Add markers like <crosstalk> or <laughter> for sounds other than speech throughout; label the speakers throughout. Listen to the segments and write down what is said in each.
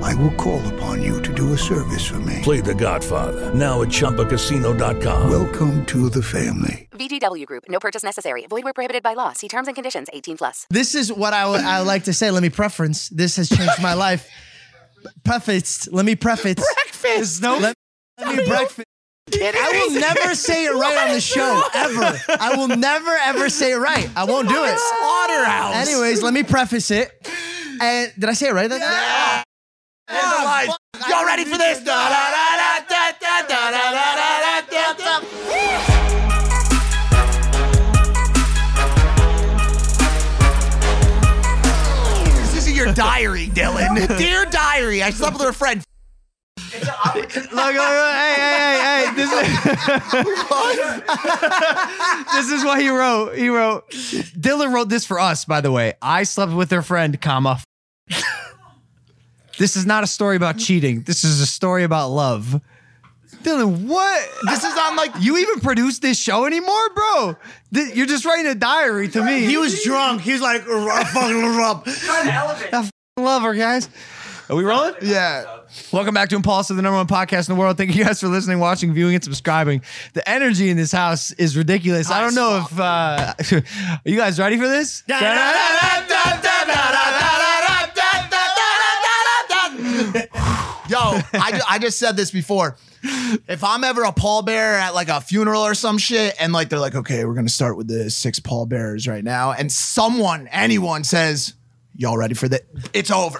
Speaker 1: I will call upon you to do a service for me.
Speaker 2: Play The Godfather now at ChumbaCasino.com.
Speaker 1: Welcome to the family.
Speaker 3: VGW Group. No purchase necessary. Void where prohibited by law. See terms and conditions. 18 plus.
Speaker 4: This is what I would I like to say. Let me preference. This has changed my life. Preface. Let me preface.
Speaker 5: Breakfast. No.
Speaker 4: Let, let me breakfast. I will never say it right on the show ever. I will never ever say it right. I won't do it.
Speaker 5: Slaughterhouse.
Speaker 4: Anyways, let me preface it. And did I say it right? That
Speaker 5: Yeah. There's the lines. Y'all ready for this? Da, da, da, da, da, da, da, da, da, da, da, da. This is your diary, Dylan. <laughs> Dear diary, I slept with her friend.
Speaker 4: Look, look, look, hey, hey, hey, hey. This is, <laughs> this is what he wrote. He wrote, Dylan wrote this for us, by the way. I slept with her friend, comma. this is not a story about cheating. This is a story about love. Dylan, what? This is on like you even produce this show anymore, bro? Th- you're just writing a diary to me.
Speaker 5: He was drunk. He was like, "I fucking rub.
Speaker 4: love her, guys. Are we rolling? Yeah. Welcome back to Impulse, the number one podcast in the world. Thank you guys for listening, watching, viewing, and subscribing. The energy in this house is ridiculous. I don't know if uh, <laughs> are you guys ready for this.
Speaker 5: Yo, I, ju- I just said this before. If I'm ever a pallbearer at like a funeral or some shit, and like they're like, okay, we're gonna start with the six pallbearers right now, and someone, anyone says, y'all ready for that? It's over.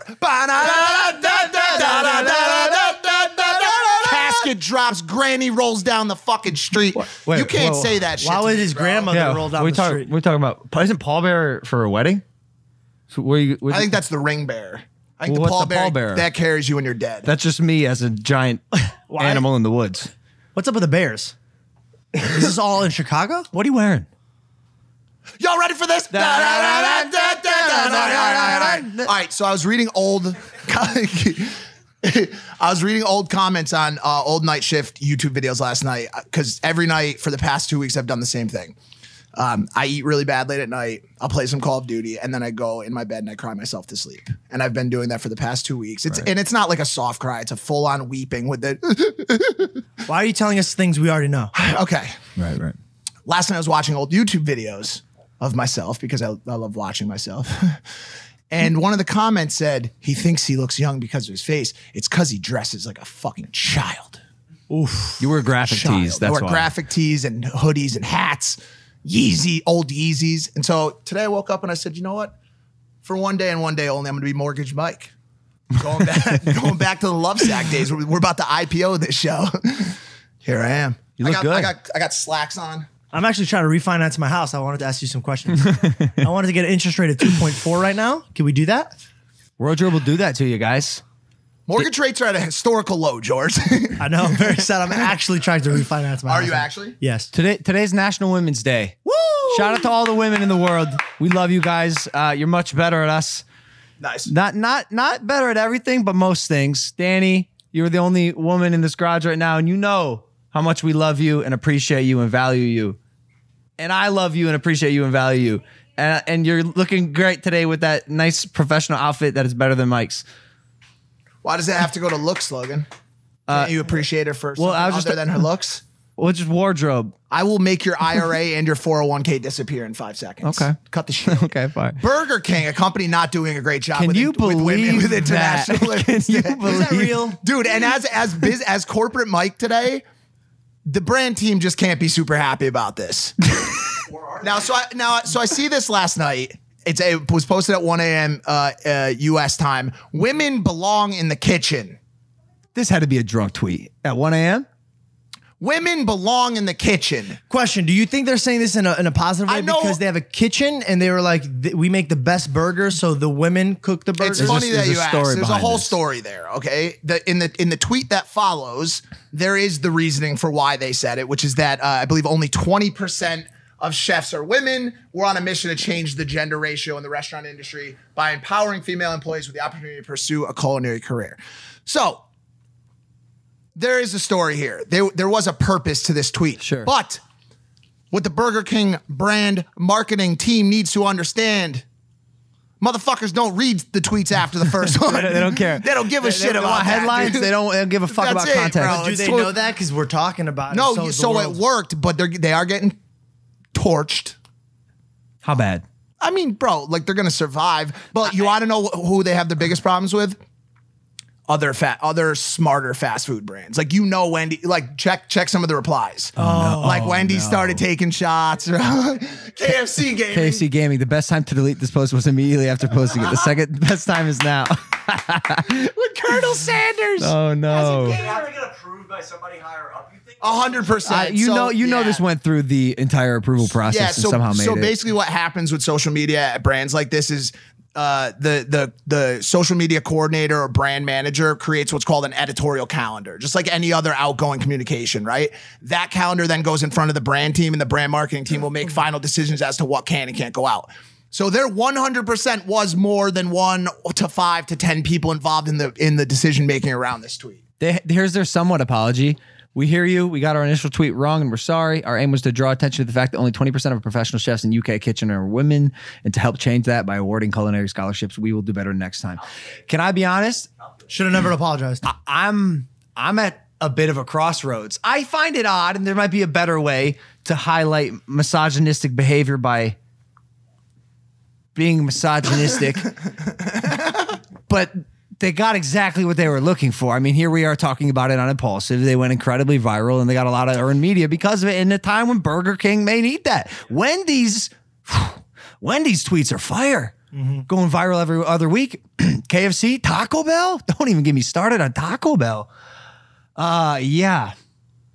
Speaker 5: Casket drops, granny rolls down the fucking street.
Speaker 6: Wait,
Speaker 5: you can't
Speaker 6: whoa.
Speaker 5: say that shit.
Speaker 6: Why
Speaker 5: to
Speaker 6: would
Speaker 5: me,
Speaker 6: his
Speaker 5: bro.
Speaker 6: grandmother
Speaker 4: Yeah,
Speaker 6: roll down
Speaker 4: we
Speaker 6: the
Speaker 4: talk-
Speaker 6: street?
Speaker 4: We're talking about isn't pallbearer for a wedding? So where you? where
Speaker 5: I
Speaker 4: you-
Speaker 5: think that's the ring bearer. I think
Speaker 4: Well,
Speaker 5: the
Speaker 4: what's the
Speaker 5: pallbearer
Speaker 4: pallbearer?
Speaker 5: that carries you when you're dead.
Speaker 4: that's just me as a
Speaker 5: <laughs>
Speaker 4: giant animal in the woods.
Speaker 6: What's up with the Bears? Is this all in Chicago?
Speaker 4: What are you wearing?
Speaker 5: Y'all ready for this? All right, so I was reading old. <laughs> I was reading old comments on uh, old night shift YouTube videos last night because every night for the past two weeks I've done the same thing. Um, I eat really bad late at night. I'll play some Call of Duty and then I go in my bed and I cry myself to sleep. And I've been doing that for the past two weeks. It's and it's not like a soft cry; it's a full on weeping with the. <laughs>
Speaker 6: Why are you telling us things we already know?
Speaker 5: okay,
Speaker 4: Right, right.
Speaker 5: last night I was watching old YouTube videos of myself because I, I love watching myself. <laughs> and one of the comments said, he thinks he looks young because of his face. It's because he dresses like a fucking child.
Speaker 4: You wear graphic
Speaker 5: Child.
Speaker 4: tees.
Speaker 5: I
Speaker 4: That's
Speaker 5: wore
Speaker 4: why.
Speaker 5: graphic tees and hoodies and hats, Yeezy, old Yeezys. And so today I woke up and I said, you know what? For one day and one day only, I'm going to be Mortgage Mike. Going
Speaker 4: <laughs>
Speaker 5: back, going back to the love sack days. We're, we're about to IPO this show. <laughs> Here I am.
Speaker 4: You look
Speaker 5: I got, I
Speaker 4: good.
Speaker 5: got, I got slacks on.
Speaker 6: I'm actually trying to refinance my house. I wanted to ask you some
Speaker 4: <laughs>
Speaker 6: questions. I wanted to get an interest rate of 2.4 right now. Can we do that?
Speaker 4: Roger will do that to you guys.
Speaker 5: Mortgage rates are at a historical low, George. <laughs>
Speaker 6: I know. I'm very sad. I'm actually trying to refinance my
Speaker 5: are
Speaker 6: house.
Speaker 5: you actually?
Speaker 6: Yes.
Speaker 4: Today, today's National Women's Day. Woo! Shout out to all the women in the world. We love you guys. Uh, you're much better at us.
Speaker 5: Nice.
Speaker 4: Not, not, not better at everything, but most things. Danny, you're the only woman in this garage right now, and you know how much we love you and appreciate you and value you. And I love you and appreciate you and value you. And, and you're looking great today with that nice professional outfit that is better than Mike's.
Speaker 5: Why does it have to go to looks, Logan? Can't you appreciate her for
Speaker 4: Uh, well, I was
Speaker 5: something
Speaker 4: just-
Speaker 5: other than her looks?
Speaker 4: Well, it's just wardrobe.
Speaker 5: I will make your IRA and your 401k disappear in five seconds.
Speaker 4: Okay.
Speaker 5: Cut the
Speaker 4: <laughs>
Speaker 5: shit.
Speaker 4: Okay, fine.
Speaker 5: Burger King, a company not doing a great job
Speaker 4: Can
Speaker 5: with,
Speaker 4: you
Speaker 5: with women
Speaker 4: believe
Speaker 5: with
Speaker 4: that?
Speaker 5: international
Speaker 4: <laughs> Can you
Speaker 5: women.
Speaker 4: believe-
Speaker 6: real?
Speaker 5: Dude, and as as biz, as corporate Mike today, the brand team just can't be super happy about this. now, so I now so I see this last night. It's a, it was posted at 1 a.m. Uh, uh, U.S. time. Women belong in the kitchen.
Speaker 4: This had to be a drunk tweet at 1 a.m.
Speaker 5: Women belong in the kitchen.
Speaker 6: Question: Do you think they're saying this in a, in a positive
Speaker 5: I
Speaker 6: way
Speaker 5: know-
Speaker 6: because they have a kitchen and they were like, th- "We make the best burgers, so the women cook the burgers."
Speaker 5: It's funny
Speaker 4: there's
Speaker 5: that
Speaker 4: a
Speaker 5: you asked.
Speaker 4: story
Speaker 5: There's a
Speaker 4: behind
Speaker 5: whole
Speaker 4: this.
Speaker 5: story there. Okay, the, in the in the tweet that follows, there is the reasoning for why they said it, which is that uh, I believe only 20 percent of chefs are women. We're on a mission to change the gender ratio in the restaurant industry by empowering female employees with the opportunity to pursue a culinary career. So there is a story here. There, there was a purpose to this tweet.
Speaker 4: Sure.
Speaker 5: But what the Burger King brand marketing team needs to understand. Motherfuckers don't read the tweets after
Speaker 4: <laughs>
Speaker 5: the first one.
Speaker 4: They don't care.
Speaker 5: <laughs> They don't give a
Speaker 4: They-
Speaker 5: shit
Speaker 4: they
Speaker 5: about
Speaker 4: want
Speaker 5: that,
Speaker 4: headlines.
Speaker 5: dude.
Speaker 4: They don't, they don't give a fuck
Speaker 5: That's
Speaker 4: about
Speaker 5: it,
Speaker 4: context.
Speaker 5: bro.
Speaker 6: Do
Speaker 5: it's
Speaker 6: they
Speaker 5: totally-
Speaker 6: know that? Because we're talking about
Speaker 5: No,
Speaker 6: it.
Speaker 5: so,
Speaker 6: is the
Speaker 5: it
Speaker 6: world.
Speaker 5: worked, but they're they are getting torched.
Speaker 4: How bad?
Speaker 5: I mean, bro, like they're gonna survive. But you want to know wh- who they have the biggest problems with? Other fat, other smarter fast food brands. Like you know, Wendy. Like check check some of the replies. Oh, like Wendy started taking shots. <laughs> KFC game.
Speaker 4: KFC Gaming, the best time to delete this post was immediately after posting it. The second <laughs> best time is now.
Speaker 5: with Colonel Sanders.
Speaker 4: Oh no.
Speaker 7: How to get approved by somebody higher up? You think
Speaker 5: A hundred
Speaker 4: I-
Speaker 5: percent.
Speaker 4: you
Speaker 5: So,
Speaker 4: know you know
Speaker 5: yeah.
Speaker 4: this went through the entire approval process
Speaker 5: Yeah.
Speaker 4: and
Speaker 5: So
Speaker 4: somehow made
Speaker 5: so
Speaker 4: it.
Speaker 5: basically, what happens with social media at brands like this is. Uh, the the the social media coordinator or brand manager creates what's called an editorial calendar, just like any other outgoing communication, right? That calendar then goes in front of the brand team, and the brand marketing team will make final decisions as to what can and can't go out. So there 100% was more than one to five to ten people involved in the in the decision making around this tweet.
Speaker 4: they, here's their somewhat apology. We hear you. We got our initial tweet wrong and we're sorry. Our aim was to draw attention to the fact that only 20% of professional chefs in UK kitchen are women and to help change that by awarding culinary scholarships. We will do better next time. Can I be honest?
Speaker 6: Should have never apologized.
Speaker 4: I'm I'm at a bit of a crossroads. I find it odd and there might be a better way to highlight misogynistic behavior by being misogynistic. but they got exactly what they were looking for. I mean, here we are talking about it on Impulsive. They went incredibly viral and they got a lot of earned media because of it in a time when Burger King may need that. Wendy's Wendy's tweets are fire.
Speaker 5: Mm-hmm.
Speaker 4: Going viral every other week. <clears throat> KFC, Taco Bell. <laughs> Don't even get me started on Taco Bell. Uh yeah.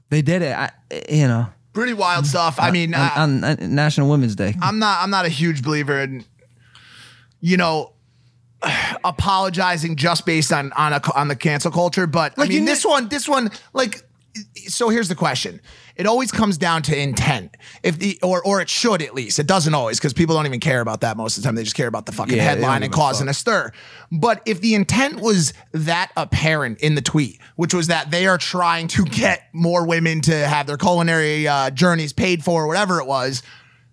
Speaker 4: They did it. I, you know,
Speaker 5: Pretty wild
Speaker 4: Mm.
Speaker 5: stuff. I mean, uh, I-
Speaker 4: on, on National Women's Day.
Speaker 5: I'm not I'm not a huge believer in you know <sighs> apologizing just based on on a, on the cancel culture, but
Speaker 4: Like,
Speaker 5: I
Speaker 4: you
Speaker 5: mean
Speaker 4: kn-
Speaker 5: this one this one like so here's the question. It always comes down to intent. If the or or it should at least. It doesn't always cuz people don't even care about that most of the time. They just care about the fucking
Speaker 4: Yeah, they don't
Speaker 5: headline
Speaker 4: give
Speaker 5: and
Speaker 4: a
Speaker 5: causing a stir. But if the intent was that apparent in the tweet, which was that they are trying to get more women to have their culinary uh, journeys paid for, or whatever it was,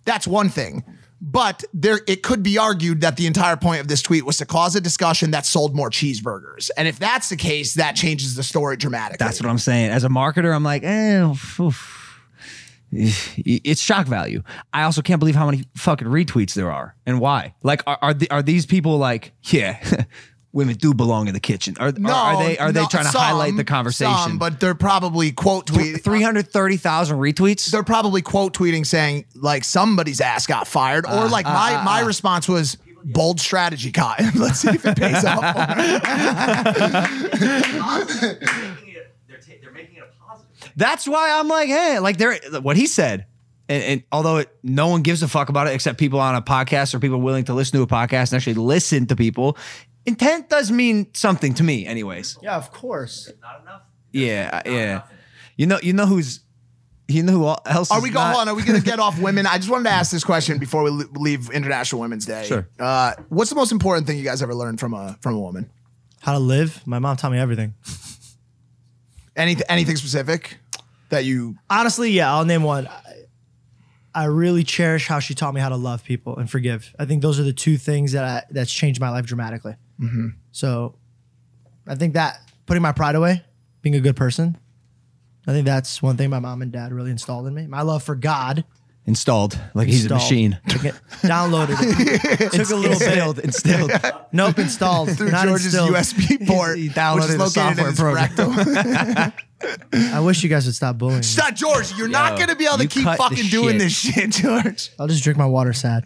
Speaker 5: that's one thing. But there, it could be argued that the entire point of this tweet was to cause a discussion that sold more cheeseburgers. And if that's the case, that changes the story dramatically.
Speaker 4: That's what I'm saying. As a marketer, I'm like, eh, oof. <sighs> it's shock value. I also can't believe how many fucking retweets there are and why. Like, are are, the, are these people like, yeah, <laughs> women do belong in the kitchen? Are,
Speaker 5: No,
Speaker 4: are, are they are they
Speaker 5: no,
Speaker 4: trying to
Speaker 5: some-
Speaker 4: highlight the conversation?
Speaker 5: some, but they're probably quote tweet
Speaker 4: three hundred thirty thousand retweets.
Speaker 5: uh, they're probably quote tweeting saying like somebody's ass got fired, or
Speaker 4: Uh,
Speaker 5: like my my response was bold strategy, Cotton. <laughs> Let's see if it
Speaker 4: <laughs>
Speaker 5: pays off.
Speaker 7: they're making it? They're, ta- they're making it a positive.
Speaker 4: That's why I'm like, hey, like there, what he said. And, and although it, no one gives a fuck about it except people on a podcast or people willing to listen to a podcast and actually listen to people, intent does mean something to me, anyways.
Speaker 6: yeah, of course.
Speaker 7: Not enough.
Speaker 4: Yeah, yeah. You know, you know who's, you know who else?
Speaker 5: Are
Speaker 4: is
Speaker 5: we going?
Speaker 4: not-
Speaker 5: Hold on. Are we going to get off women? I just wanted to ask this question before we le- leave International Women's Day.
Speaker 4: Sure.
Speaker 5: Uh, what's the most important thing you guys ever learned from a from a woman?
Speaker 6: How to live? My mom taught me everything.
Speaker 5: Any anything specific that you?
Speaker 6: Honestly, yeah, I'll name one. I, I really cherish how she taught me how to love people and forgive. I think those are the two things that I, that's changed my life dramatically. Mm-hmm. So, I think that putting my pride away, being a good person, I think that's one thing my mom and dad really installed in me. My love for God.
Speaker 4: Installed, like he's a
Speaker 6: installed.
Speaker 4: machine.
Speaker 6: Took it- downloaded
Speaker 5: <laughs>
Speaker 6: it. Took a little bit.
Speaker 4: Installed, installed.
Speaker 6: <laughs> Nope, installed.
Speaker 5: Through
Speaker 6: Not
Speaker 5: George's
Speaker 6: instilled.
Speaker 5: USB port,
Speaker 4: He downloaded
Speaker 5: which is
Speaker 4: a
Speaker 5: located in
Speaker 4: software
Speaker 5: his
Speaker 4: program.
Speaker 5: rectum. <laughs>
Speaker 6: <laughs> I wish you guys would stop bullying. me.
Speaker 5: Stop, George. You're not
Speaker 4: Yo,
Speaker 5: going to be able to
Speaker 4: you
Speaker 5: keep
Speaker 4: cut the
Speaker 5: fucking doing
Speaker 4: shit. Oh.
Speaker 5: this shit, <laughs> George.
Speaker 6: I'll just drink my water sad.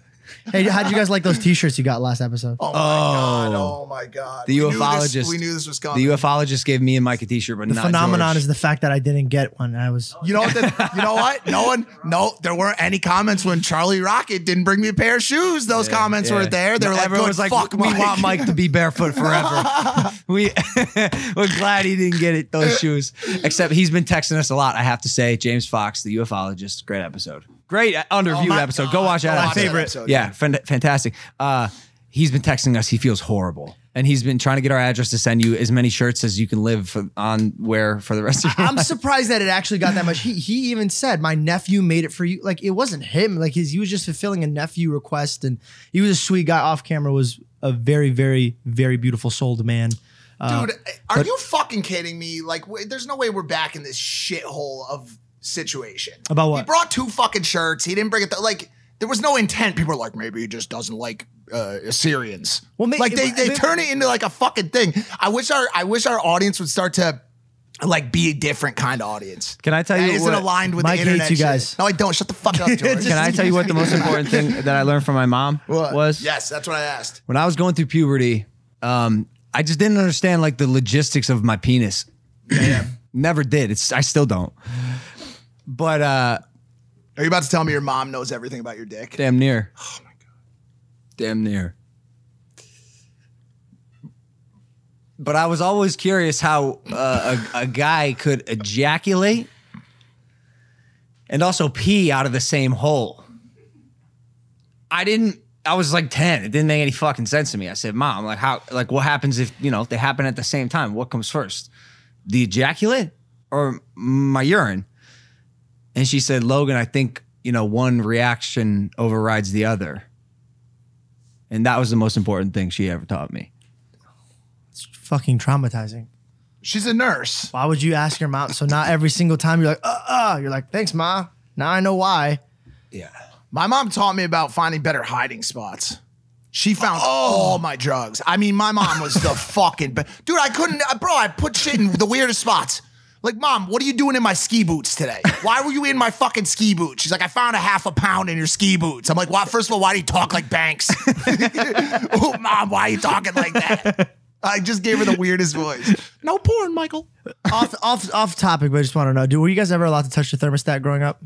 Speaker 6: Hey, how'd you guys like those t-shirts you got last episode?
Speaker 5: Oh my god! Oh my god!
Speaker 4: The
Speaker 5: We knew this-
Speaker 4: ufologist.
Speaker 5: We knew this was coming.
Speaker 4: The ufologist gave me and Mike a T-shirt, but
Speaker 6: the
Speaker 4: not
Speaker 6: phenomenon
Speaker 4: George.
Speaker 6: is the fact that I didn't get one.
Speaker 5: <laughs>
Speaker 6: I was
Speaker 5: You know what? the- you know what? No one. No, there weren't any comments when Charlie Rocket didn't bring me a pair of shoes. Those comments
Speaker 4: Yeah.
Speaker 5: weren't there. They were like,
Speaker 4: Everyone
Speaker 5: "Good
Speaker 4: was like,
Speaker 5: fuck,
Speaker 4: we
Speaker 5: Mike."
Speaker 4: want Mike to be barefoot forever.
Speaker 5: <laughs>
Speaker 4: we <laughs> we're glad he didn't get it those shoes. Except he's been texting us a lot. I have to say, James Fox, the ufologist, great episode. Great underview
Speaker 5: Oh my
Speaker 4: episode.
Speaker 5: God.
Speaker 4: Go watch that.
Speaker 5: Go
Speaker 4: episode.
Speaker 5: watch that Favorite. episode,
Speaker 4: Yeah, fan- fantastic. Uh, he's been texting us. He feels horrible, and he's been trying to get our address to send you as many shirts as you can live for, on wear for the rest of your
Speaker 6: I'm surprised that it actually got that much. He he even said my nephew made it for you. Like it wasn't him. Like his he was just fulfilling a nephew request, and he was a sweet guy. Off camera was a very very very beautiful souled man.
Speaker 4: Uh,
Speaker 5: Dude, are you fucking kidding me? Like, w- there's no way we're back in this shithole of situation.
Speaker 6: About what?
Speaker 5: He brought two fucking shirts. He didn't bring it. Th- like, there was no intent. People are like, maybe he just doesn't like uh, Assyrians.
Speaker 6: Well, may-
Speaker 5: like they,
Speaker 6: it-
Speaker 5: they
Speaker 6: it-
Speaker 5: turn it into like a fucking thing. I wish our I wish our audience would start to like be a different kind of audience.
Speaker 4: Can I tell you
Speaker 5: That isn't
Speaker 4: what-
Speaker 5: aligned with
Speaker 6: Mike
Speaker 5: the
Speaker 6: hates
Speaker 5: internet?
Speaker 6: you
Speaker 5: shit.
Speaker 6: guys.
Speaker 5: No, I don't. Shut the fuck up,
Speaker 4: <laughs>
Speaker 5: George.
Speaker 4: Can I tell you what the most important thing that I learned from my mom
Speaker 5: What?
Speaker 4: was?
Speaker 5: Yes, that's what I asked.
Speaker 4: When I was going through puberty, um, I just didn't understand like the logistics of my penis. Never did. It's I still don't. But uh,
Speaker 5: Are you about to tell me your mom knows everything about your dick?
Speaker 4: damn near. Oh my god. Damn near. But I was always curious how uh, a, a guy could ejaculate and also pee out of the same hole. I didn't. I was like ten. It didn't make any fucking sense to me. I said, "Mom, like how? Like what happens if you know if they happen at the same time? What comes first, the ejaculate or my urine?" And she said, "Logan, I think you know one reaction overrides the other." And that was the most important thing she ever taught me.
Speaker 6: It's fucking traumatizing.
Speaker 5: She's a nurse.
Speaker 6: Why would you ask your mom? So now every single time you're like, uh, uh, you're like, thanks, ma. Now I know why.
Speaker 5: My mom taught me about finding better hiding spots. She found all my drugs. I mean, my mom <laughs> was the fucking be- dude. I couldn't, uh, bro. I put shit in the weirdest spots. Like, mom, what are you doing in my ski boots today? Why were you in my fucking ski boots? She's like, I found a half a pound in your ski boots. I'm like, why? First of all, why do you talk like <laughs> Banks? oh, mom, why are you talking like that? I just gave her the weirdest voice. No porn, Michael.
Speaker 6: off <laughs> off off topic, but I just want to know: Do were you guys ever allowed to touch the thermostat growing up?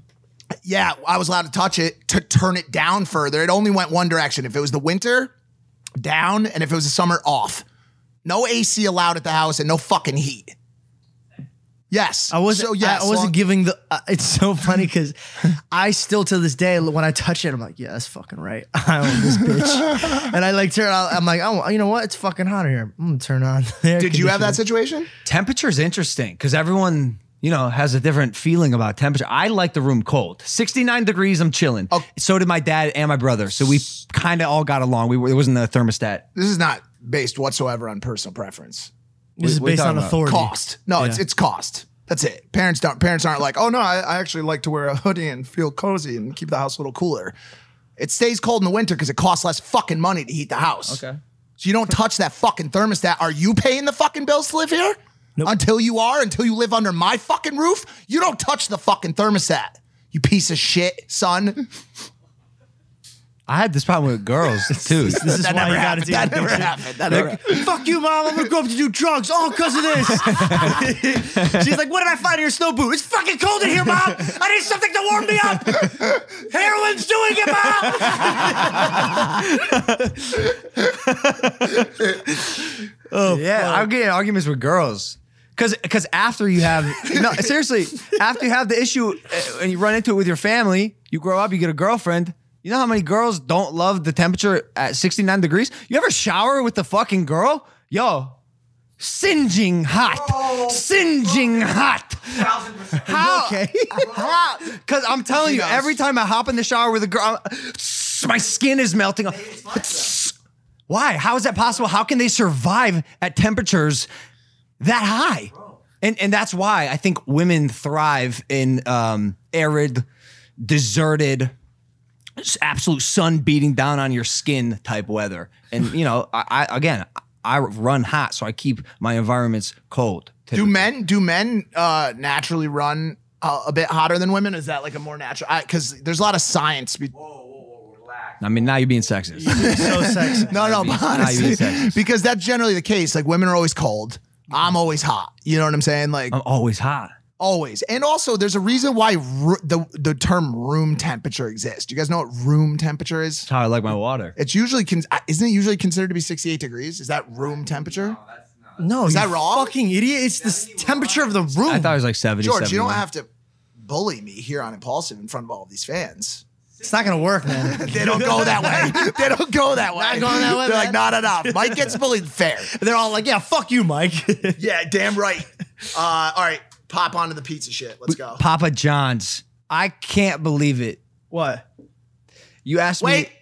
Speaker 5: Yeah, I was allowed to touch it to turn it down further. It only went one direction. If it was the winter, down, and if it was the summer, off. No AC allowed at the house and no fucking heat. Yes.
Speaker 6: I wasn't.
Speaker 5: So, yes,
Speaker 6: I wasn't
Speaker 5: long-
Speaker 6: giving the. Uh, it's so funny because I still to this day when I touch it, I'm like, yeah, that's fucking right. <laughs> I own this
Speaker 5: <laughs>
Speaker 6: bitch, and I like turn. out I'm like, oh, you know what? It's fucking hot in here. I'm gonna turn on. the air
Speaker 5: Did you have that
Speaker 6: conditioner.
Speaker 5: situation?
Speaker 4: Temperature's interesting because everyone, you know, has a different feeling about temperature. I like the room cold. 69 degrees, I'm chilling.
Speaker 5: Oh.
Speaker 4: So did my dad and my brother. So we kind of all got along. We were, there wasn't a thermostat.
Speaker 5: This is not based whatsoever on personal preference.
Speaker 6: This is
Speaker 4: What- what you
Speaker 6: based on
Speaker 4: talking about?
Speaker 6: authority.
Speaker 5: Cost. No, it's
Speaker 6: Yeah.
Speaker 5: it's cost. That's it. Parents don't parents aren't like, oh no, I, I actually like to wear a hoodie and feel cozy and keep the house a little cooler. It stays cold in the winter because it costs less fucking money to heat the house. Okay. So you don't touch that fucking thermostat. Are you paying the fucking bills to live here? Until you are, until you live under my fucking roof, you don't touch the fucking thermostat. You piece of shit, son.
Speaker 4: I had this problem with
Speaker 5: <laughs>
Speaker 4: girls too.
Speaker 6: This is
Speaker 5: That
Speaker 6: why
Speaker 5: never
Speaker 6: you gotta
Speaker 5: happened.
Speaker 6: do
Speaker 5: That
Speaker 6: that.
Speaker 5: never happened. That never happened.
Speaker 6: Fuck you, mom. I'm gonna grow up to do drugs all because of this. <laughs> She's like, what did I find in your snow boot? It's fucking cold in here, mom. I need something to warm me
Speaker 5: <laughs>
Speaker 6: up. Heroin's doing it, mom.
Speaker 4: yeah, I'm getting arguments with girls. Cause, Cause, after you have no, seriously, after you have the issue uh, and you run into it with your family, you grow up, you get a girlfriend. You know how many girls don't love the temperature at 69 degrees? You ever shower with the fucking girl? Yo, singeing hot, singeing hot.
Speaker 7: Thousand percent.
Speaker 4: How?
Speaker 6: okay?
Speaker 4: <laughs> How? Cause I'm telling you,
Speaker 5: knows.
Speaker 4: every time I hop in the shower with a girl, I'm- <sniffs> my skin is melting.
Speaker 7: It's like that.
Speaker 4: <sniffs> Why? How is that possible? How can they survive at temperatures that high? And and that's why I think women thrive in um, arid, deserted, s- absolute sun beating down on your skin type weather. And you know, I, I again, I run hot, so I keep my environments cold.
Speaker 5: <laughs> Do men do men uh, naturally run uh, a bit hotter than women? Is that like a more natural? Because there's a lot of science. Be-
Speaker 4: I mean, now you're being sexist.
Speaker 6: <laughs> So sexy.
Speaker 5: no, no, but
Speaker 4: not even
Speaker 5: honestly,
Speaker 4: sexist.
Speaker 5: because that's generally the case. Like women are always cold. I'm always hot. You know what I'm saying? Like
Speaker 4: I'm always hot.
Speaker 5: always. And also, there's a reason why ru- the the term room temperature exists. Do you guys know what room temperature is?
Speaker 4: That's how I like my water.
Speaker 5: It's usually con- uh, isn't it usually considered to be 68 degrees? Is that room temperature?
Speaker 6: No, is
Speaker 5: that wrong?
Speaker 6: Fucking idiot! It's the s- temperature of the room.
Speaker 4: I thought it was like 70.
Speaker 5: George, you don't
Speaker 4: 71.
Speaker 5: have to. bully me here on Impulsive in front of all of these fans.
Speaker 6: It's not gonna
Speaker 5: <laughs>
Speaker 6: work, man.
Speaker 5: They don't go that <laughs> way. They don't go that way.
Speaker 6: Not going that way,
Speaker 5: They're like,
Speaker 6: man.
Speaker 5: not enough. Mike gets bullied <laughs> fair.
Speaker 6: They're all like, "Yeah, fuck you, Mike." <laughs>
Speaker 5: Yeah, damn right. Uh, all right, pop onto the pizza shit. Let's go.
Speaker 4: Papa John's. I can't believe it.
Speaker 6: what?
Speaker 4: You asked
Speaker 5: Wait,
Speaker 4: me.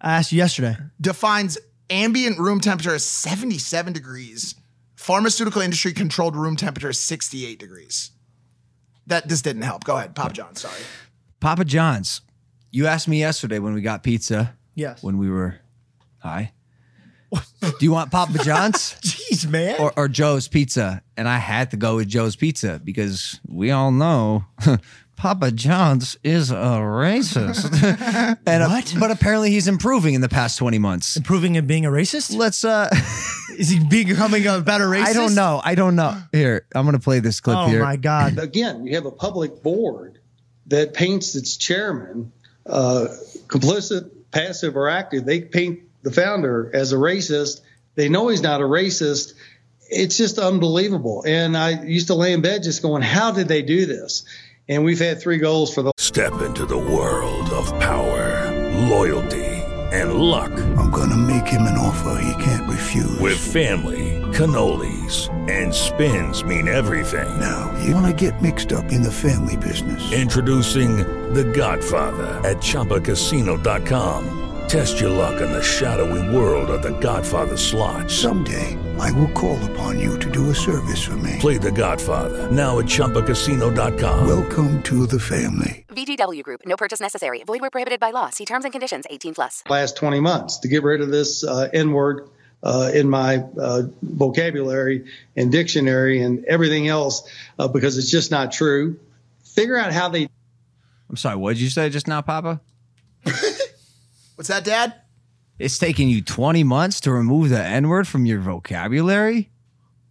Speaker 6: I asked you yesterday.
Speaker 5: defines ambient room temperature as 77 degrees. Pharmaceutical industry controlled room temperature is 68 degrees. That this didn't help. Go ahead, Pop John. Sorry.
Speaker 4: Papa John's. You asked me yesterday when we got pizza
Speaker 6: Yes.
Speaker 4: when we were high. Do you want Papa John's
Speaker 6: <laughs>
Speaker 4: <laughs>
Speaker 6: Jeez, man.
Speaker 4: or, or Joe's Pizza? And I had to go with Joe's Pizza because we all know <laughs> Papa John's is a racist. <laughs> and uh, but apparently he's improving in the past 20 months.
Speaker 6: Proving and being a racist?
Speaker 4: Let's uh <laughs>
Speaker 6: Is he becoming a better racist?
Speaker 4: I don't know. I don't know. Here, I'm gonna play this clip
Speaker 6: Oh
Speaker 4: here.
Speaker 6: my
Speaker 5: <laughs>
Speaker 6: god.
Speaker 8: again, you have a public board that paints its chairman uh, complicit, passive, or active. They paint the founder as a racist. They know he's not a racist. It's just unbelievable. And I used to lay in bed just going, how did they do this? And we've had three goals for the
Speaker 2: Step into the world of power, loyalty, and luck.
Speaker 1: I'm gonna make him an offer he can't refuse.
Speaker 2: With family, cannolis, and spins mean everything.
Speaker 1: now, you wanna get mixed up in the family business.
Speaker 2: Introducing The Godfather at ChumbaCasino.com. Test your luck in the shadowy world of The Godfather slot.
Speaker 1: Someday, I will call upon you to do a service for me.
Speaker 2: Play The Godfather now at ChumbaCasino.com.
Speaker 1: Welcome to the family.
Speaker 3: VGW Group. No purchase necessary. Void where prohibited by law. See terms and conditions. 18 plus.
Speaker 8: last 20 months to get rid of this uh, N word uh, in my uh, vocabulary and dictionary and everything else uh, because it's just not true. Figure out how they
Speaker 4: I'm sorry, what did you say just now, Papa?
Speaker 5: What's that, Dad?
Speaker 4: It's taking you 20 months to remove the N word from your vocabulary?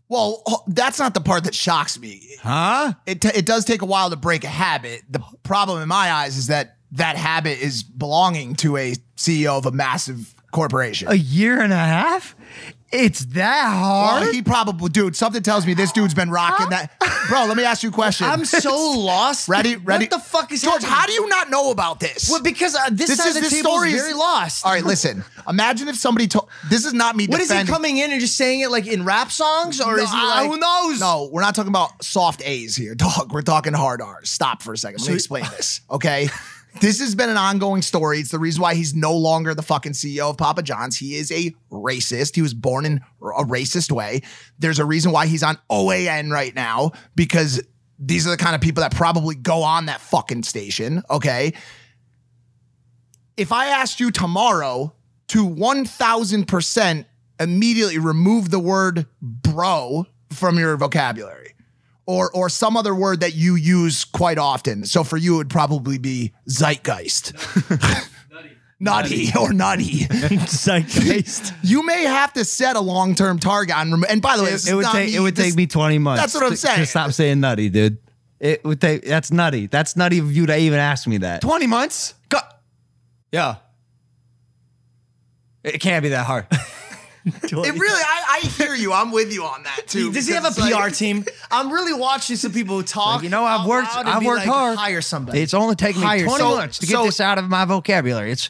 Speaker 5: Well, oh, that's not the part that shocks me.
Speaker 4: Huh?
Speaker 5: It, t- it does take a while to break a habit. The problem in my eyes is that that habit is belonging to a CEO of a massive corporation.
Speaker 4: A year and a half? It's that hard? <laughs>
Speaker 5: Well, he probably, dude, something tells me this dude's been rocking that. Bro, let me ask you a question.
Speaker 6: <laughs> I'm so lost.
Speaker 5: ready. Ready?
Speaker 6: What the fuck is
Speaker 5: George?
Speaker 6: happening?
Speaker 5: How do you not know about this?
Speaker 6: Well, because uh, this, side of the table is very lost.
Speaker 5: All right, listen. Imagine if somebody told. This is not me.
Speaker 6: What is he
Speaker 5: defending.
Speaker 6: coming in and just saying it like in rap songs, or
Speaker 5: No,
Speaker 6: is he
Speaker 5: I-
Speaker 6: like
Speaker 5: who knows? No, we're not talking about soft A's here, <laughs> dog. We're talking hard R's. Stop for a second. Let me explain this, okay? <laughs> This has been an ongoing story. It's the reason why he's no longer the fucking CEO of Papa John's. He is a racist. He was born in a racist way. There's a reason why he's on OAN right now because these are the kind of people that probably go on that fucking station, okay? if I asked you tomorrow to 1000% immediately remove the word bro from your vocabulary or or some other word that you use quite often. So for you it would probably be zeitgeist. <laughs> Nutty or nutty.
Speaker 6: zeitgeist?
Speaker 5: You may have to set a long term target on. Rem- and by the way, this
Speaker 4: it,
Speaker 5: is
Speaker 4: would
Speaker 5: not
Speaker 4: take it would
Speaker 5: this-
Speaker 4: take me 20 months.
Speaker 5: That's what I'm
Speaker 4: to-
Speaker 5: saying.
Speaker 4: To stop saying nutty, dude. It would take that's nutty. That's nutty of you to even ask me that. 20 months? Go- yeah. It can't be that <laughs> hard.
Speaker 5: It really, I, I hear you. I'm with you on that too.
Speaker 6: Does he have a
Speaker 5: because it's
Speaker 6: PR
Speaker 5: like- <laughs>
Speaker 6: team? I'm really watching some people talk.
Speaker 4: you know, I've
Speaker 6: out
Speaker 4: worked-
Speaker 6: loud and
Speaker 4: I've
Speaker 6: be
Speaker 4: worked
Speaker 6: like,
Speaker 4: hard.
Speaker 6: Hire somebody.
Speaker 4: It's only taken me
Speaker 6: Hire
Speaker 4: 20
Speaker 5: so-
Speaker 4: months to get
Speaker 5: so-
Speaker 4: this out of my vocabulary. It's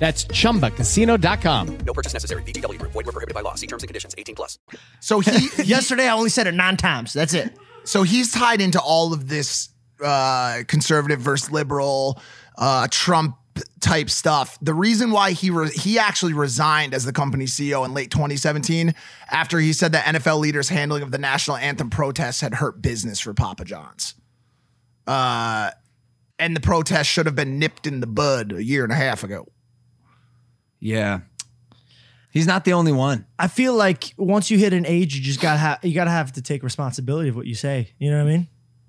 Speaker 9: That's chumbacasino.com.
Speaker 5: So he,
Speaker 6: Yesterday, I only said it nine times. That's it.
Speaker 5: so he's tied into all of this uh, conservative versus liberal uh, Trump type stuff. The reason why he re- he actually resigned as the company CEO in late 2017 after he said that NFL leaders' handling of the national anthem protests had hurt business for Papa John's. Uh, and the protest should have been nipped in the bud a year and a half ago.
Speaker 4: yeah. He's not the only one.
Speaker 6: I feel like once you hit an age, you just gotta have you gotta have to take responsibility of what you say. You know what I mean?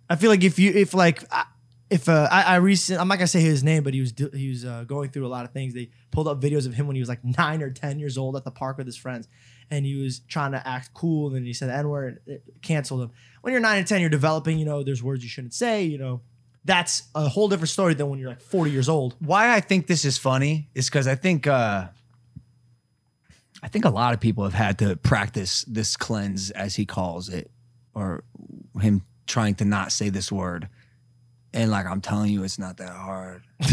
Speaker 6: I feel like if you if like I- if uh, I, I recent, I'm not gonna say his name, but he was do- he was uh, going through a lot of things. They pulled up videos of him when he was like nine or ten years old at the park with his friends, and he was trying to act cool, and then he said the N word, it canceled him. When you're nine and ten, you're developing. You know, there's words you shouldn't say. You know, that's a whole different story than when you're like 40 years old.
Speaker 4: why I think this is funny is because I think uh, I think a lot of people have had to practice this cleanse, as he calls it, or him trying to not say this word. And like I'm telling you, it's not that hard. <laughs> I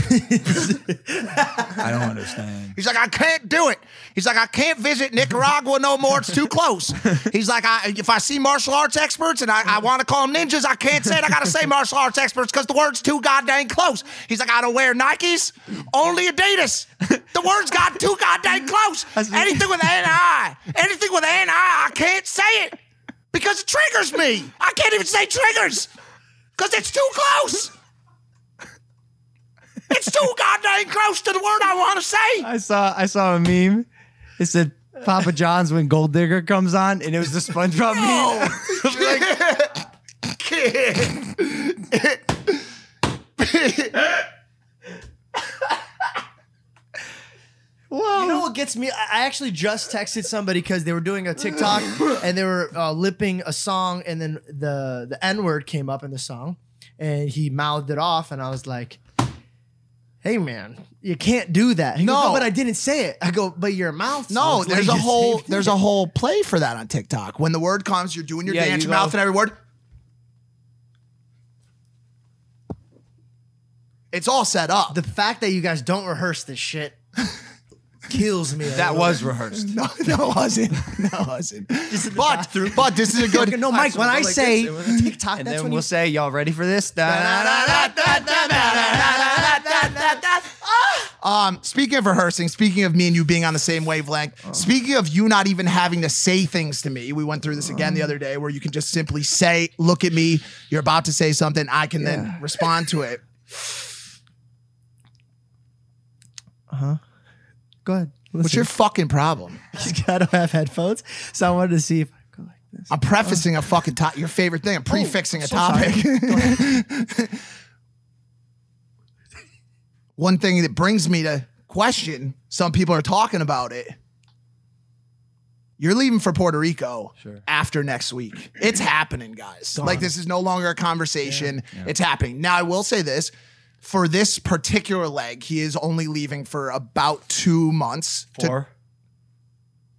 Speaker 4: don't understand.
Speaker 5: He's like, I can't do it. He's like, I can't visit Nicaragua no more. It's too <laughs> close. He's like, I, if I see martial arts experts and I, I want to call them ninjas, I can't say it. I got to say martial arts experts because the word's too goddamn close. He's like, I don't wear Nikes, only Adidas. The word's got too goddamn close. Anything with an I, anything with an I, I can't say it because it triggers me. I can't even say triggers because it's too close. It's too goddamn close to the word I want to say.
Speaker 4: I saw I saw a meme. It said Papa John's when Gold Digger comes on, and it was the SpongeBob meme.
Speaker 6: You know what gets me? I I actually just texted somebody because they were doing
Speaker 4: <laughs>
Speaker 6: a TikTok and they were uh, lipping a song, and then the the N word came up in the song, and he mouthed it off, and I was like, "Hey man, you can't do that." He goes,
Speaker 5: No.
Speaker 6: but I didn't say it. I go, but your mouth.
Speaker 5: No,
Speaker 6: looks
Speaker 5: Oh, there's
Speaker 6: like
Speaker 5: a
Speaker 6: the
Speaker 5: whole
Speaker 6: same thing."
Speaker 5: there's a whole play for that on TikTok. When the word comes, you're doing your
Speaker 4: Yeah,
Speaker 5: dance,
Speaker 4: you
Speaker 5: your mouth,
Speaker 4: go-
Speaker 5: and every word. <laughs> It's all set up.
Speaker 6: The fact that you guys don't rehearse
Speaker 5: <laughs>
Speaker 6: this shit kills me.
Speaker 4: That was rehearsed.
Speaker 5: no, no, it wasn't. <laughs> No, it wasn't.
Speaker 6: in the
Speaker 5: But
Speaker 6: bathroom.
Speaker 5: but this is a good.
Speaker 6: no, Mike. When I
Speaker 5: Like this,
Speaker 6: say
Speaker 5: it was-
Speaker 6: TikTok,
Speaker 4: And
Speaker 6: that's
Speaker 4: then
Speaker 6: when
Speaker 4: we'll
Speaker 5: <laughs>
Speaker 6: you
Speaker 4: say, "Y'all ready for this?"
Speaker 5: Ah!
Speaker 4: Da-da-da-da-da-da-da-da-da-da-da.
Speaker 5: Um, speaking of rehearsing, speaking of me and you being on the same wavelength, speaking of you not even having to say things to me, we went through this again the other day where you can just simply say, look at me, you're about to say something, I can then respond to <laughs> it.
Speaker 6: go ahead.
Speaker 5: What's your fucking problem?
Speaker 6: <laughs> I don't have headphones, so I wanted to see if I could like this.
Speaker 5: I'm prefacing a fucking top your favorite thing. I'm prefixing a topic. <laughs> One thing that brings me to question some people are talking about it. You're leaving for Puerto Rico after next week. It's happening, guys. Like this is no longer a conversation. It's happening. Now I will say this. For this particular leg, he is only leaving for about two months. to-
Speaker 4: Four,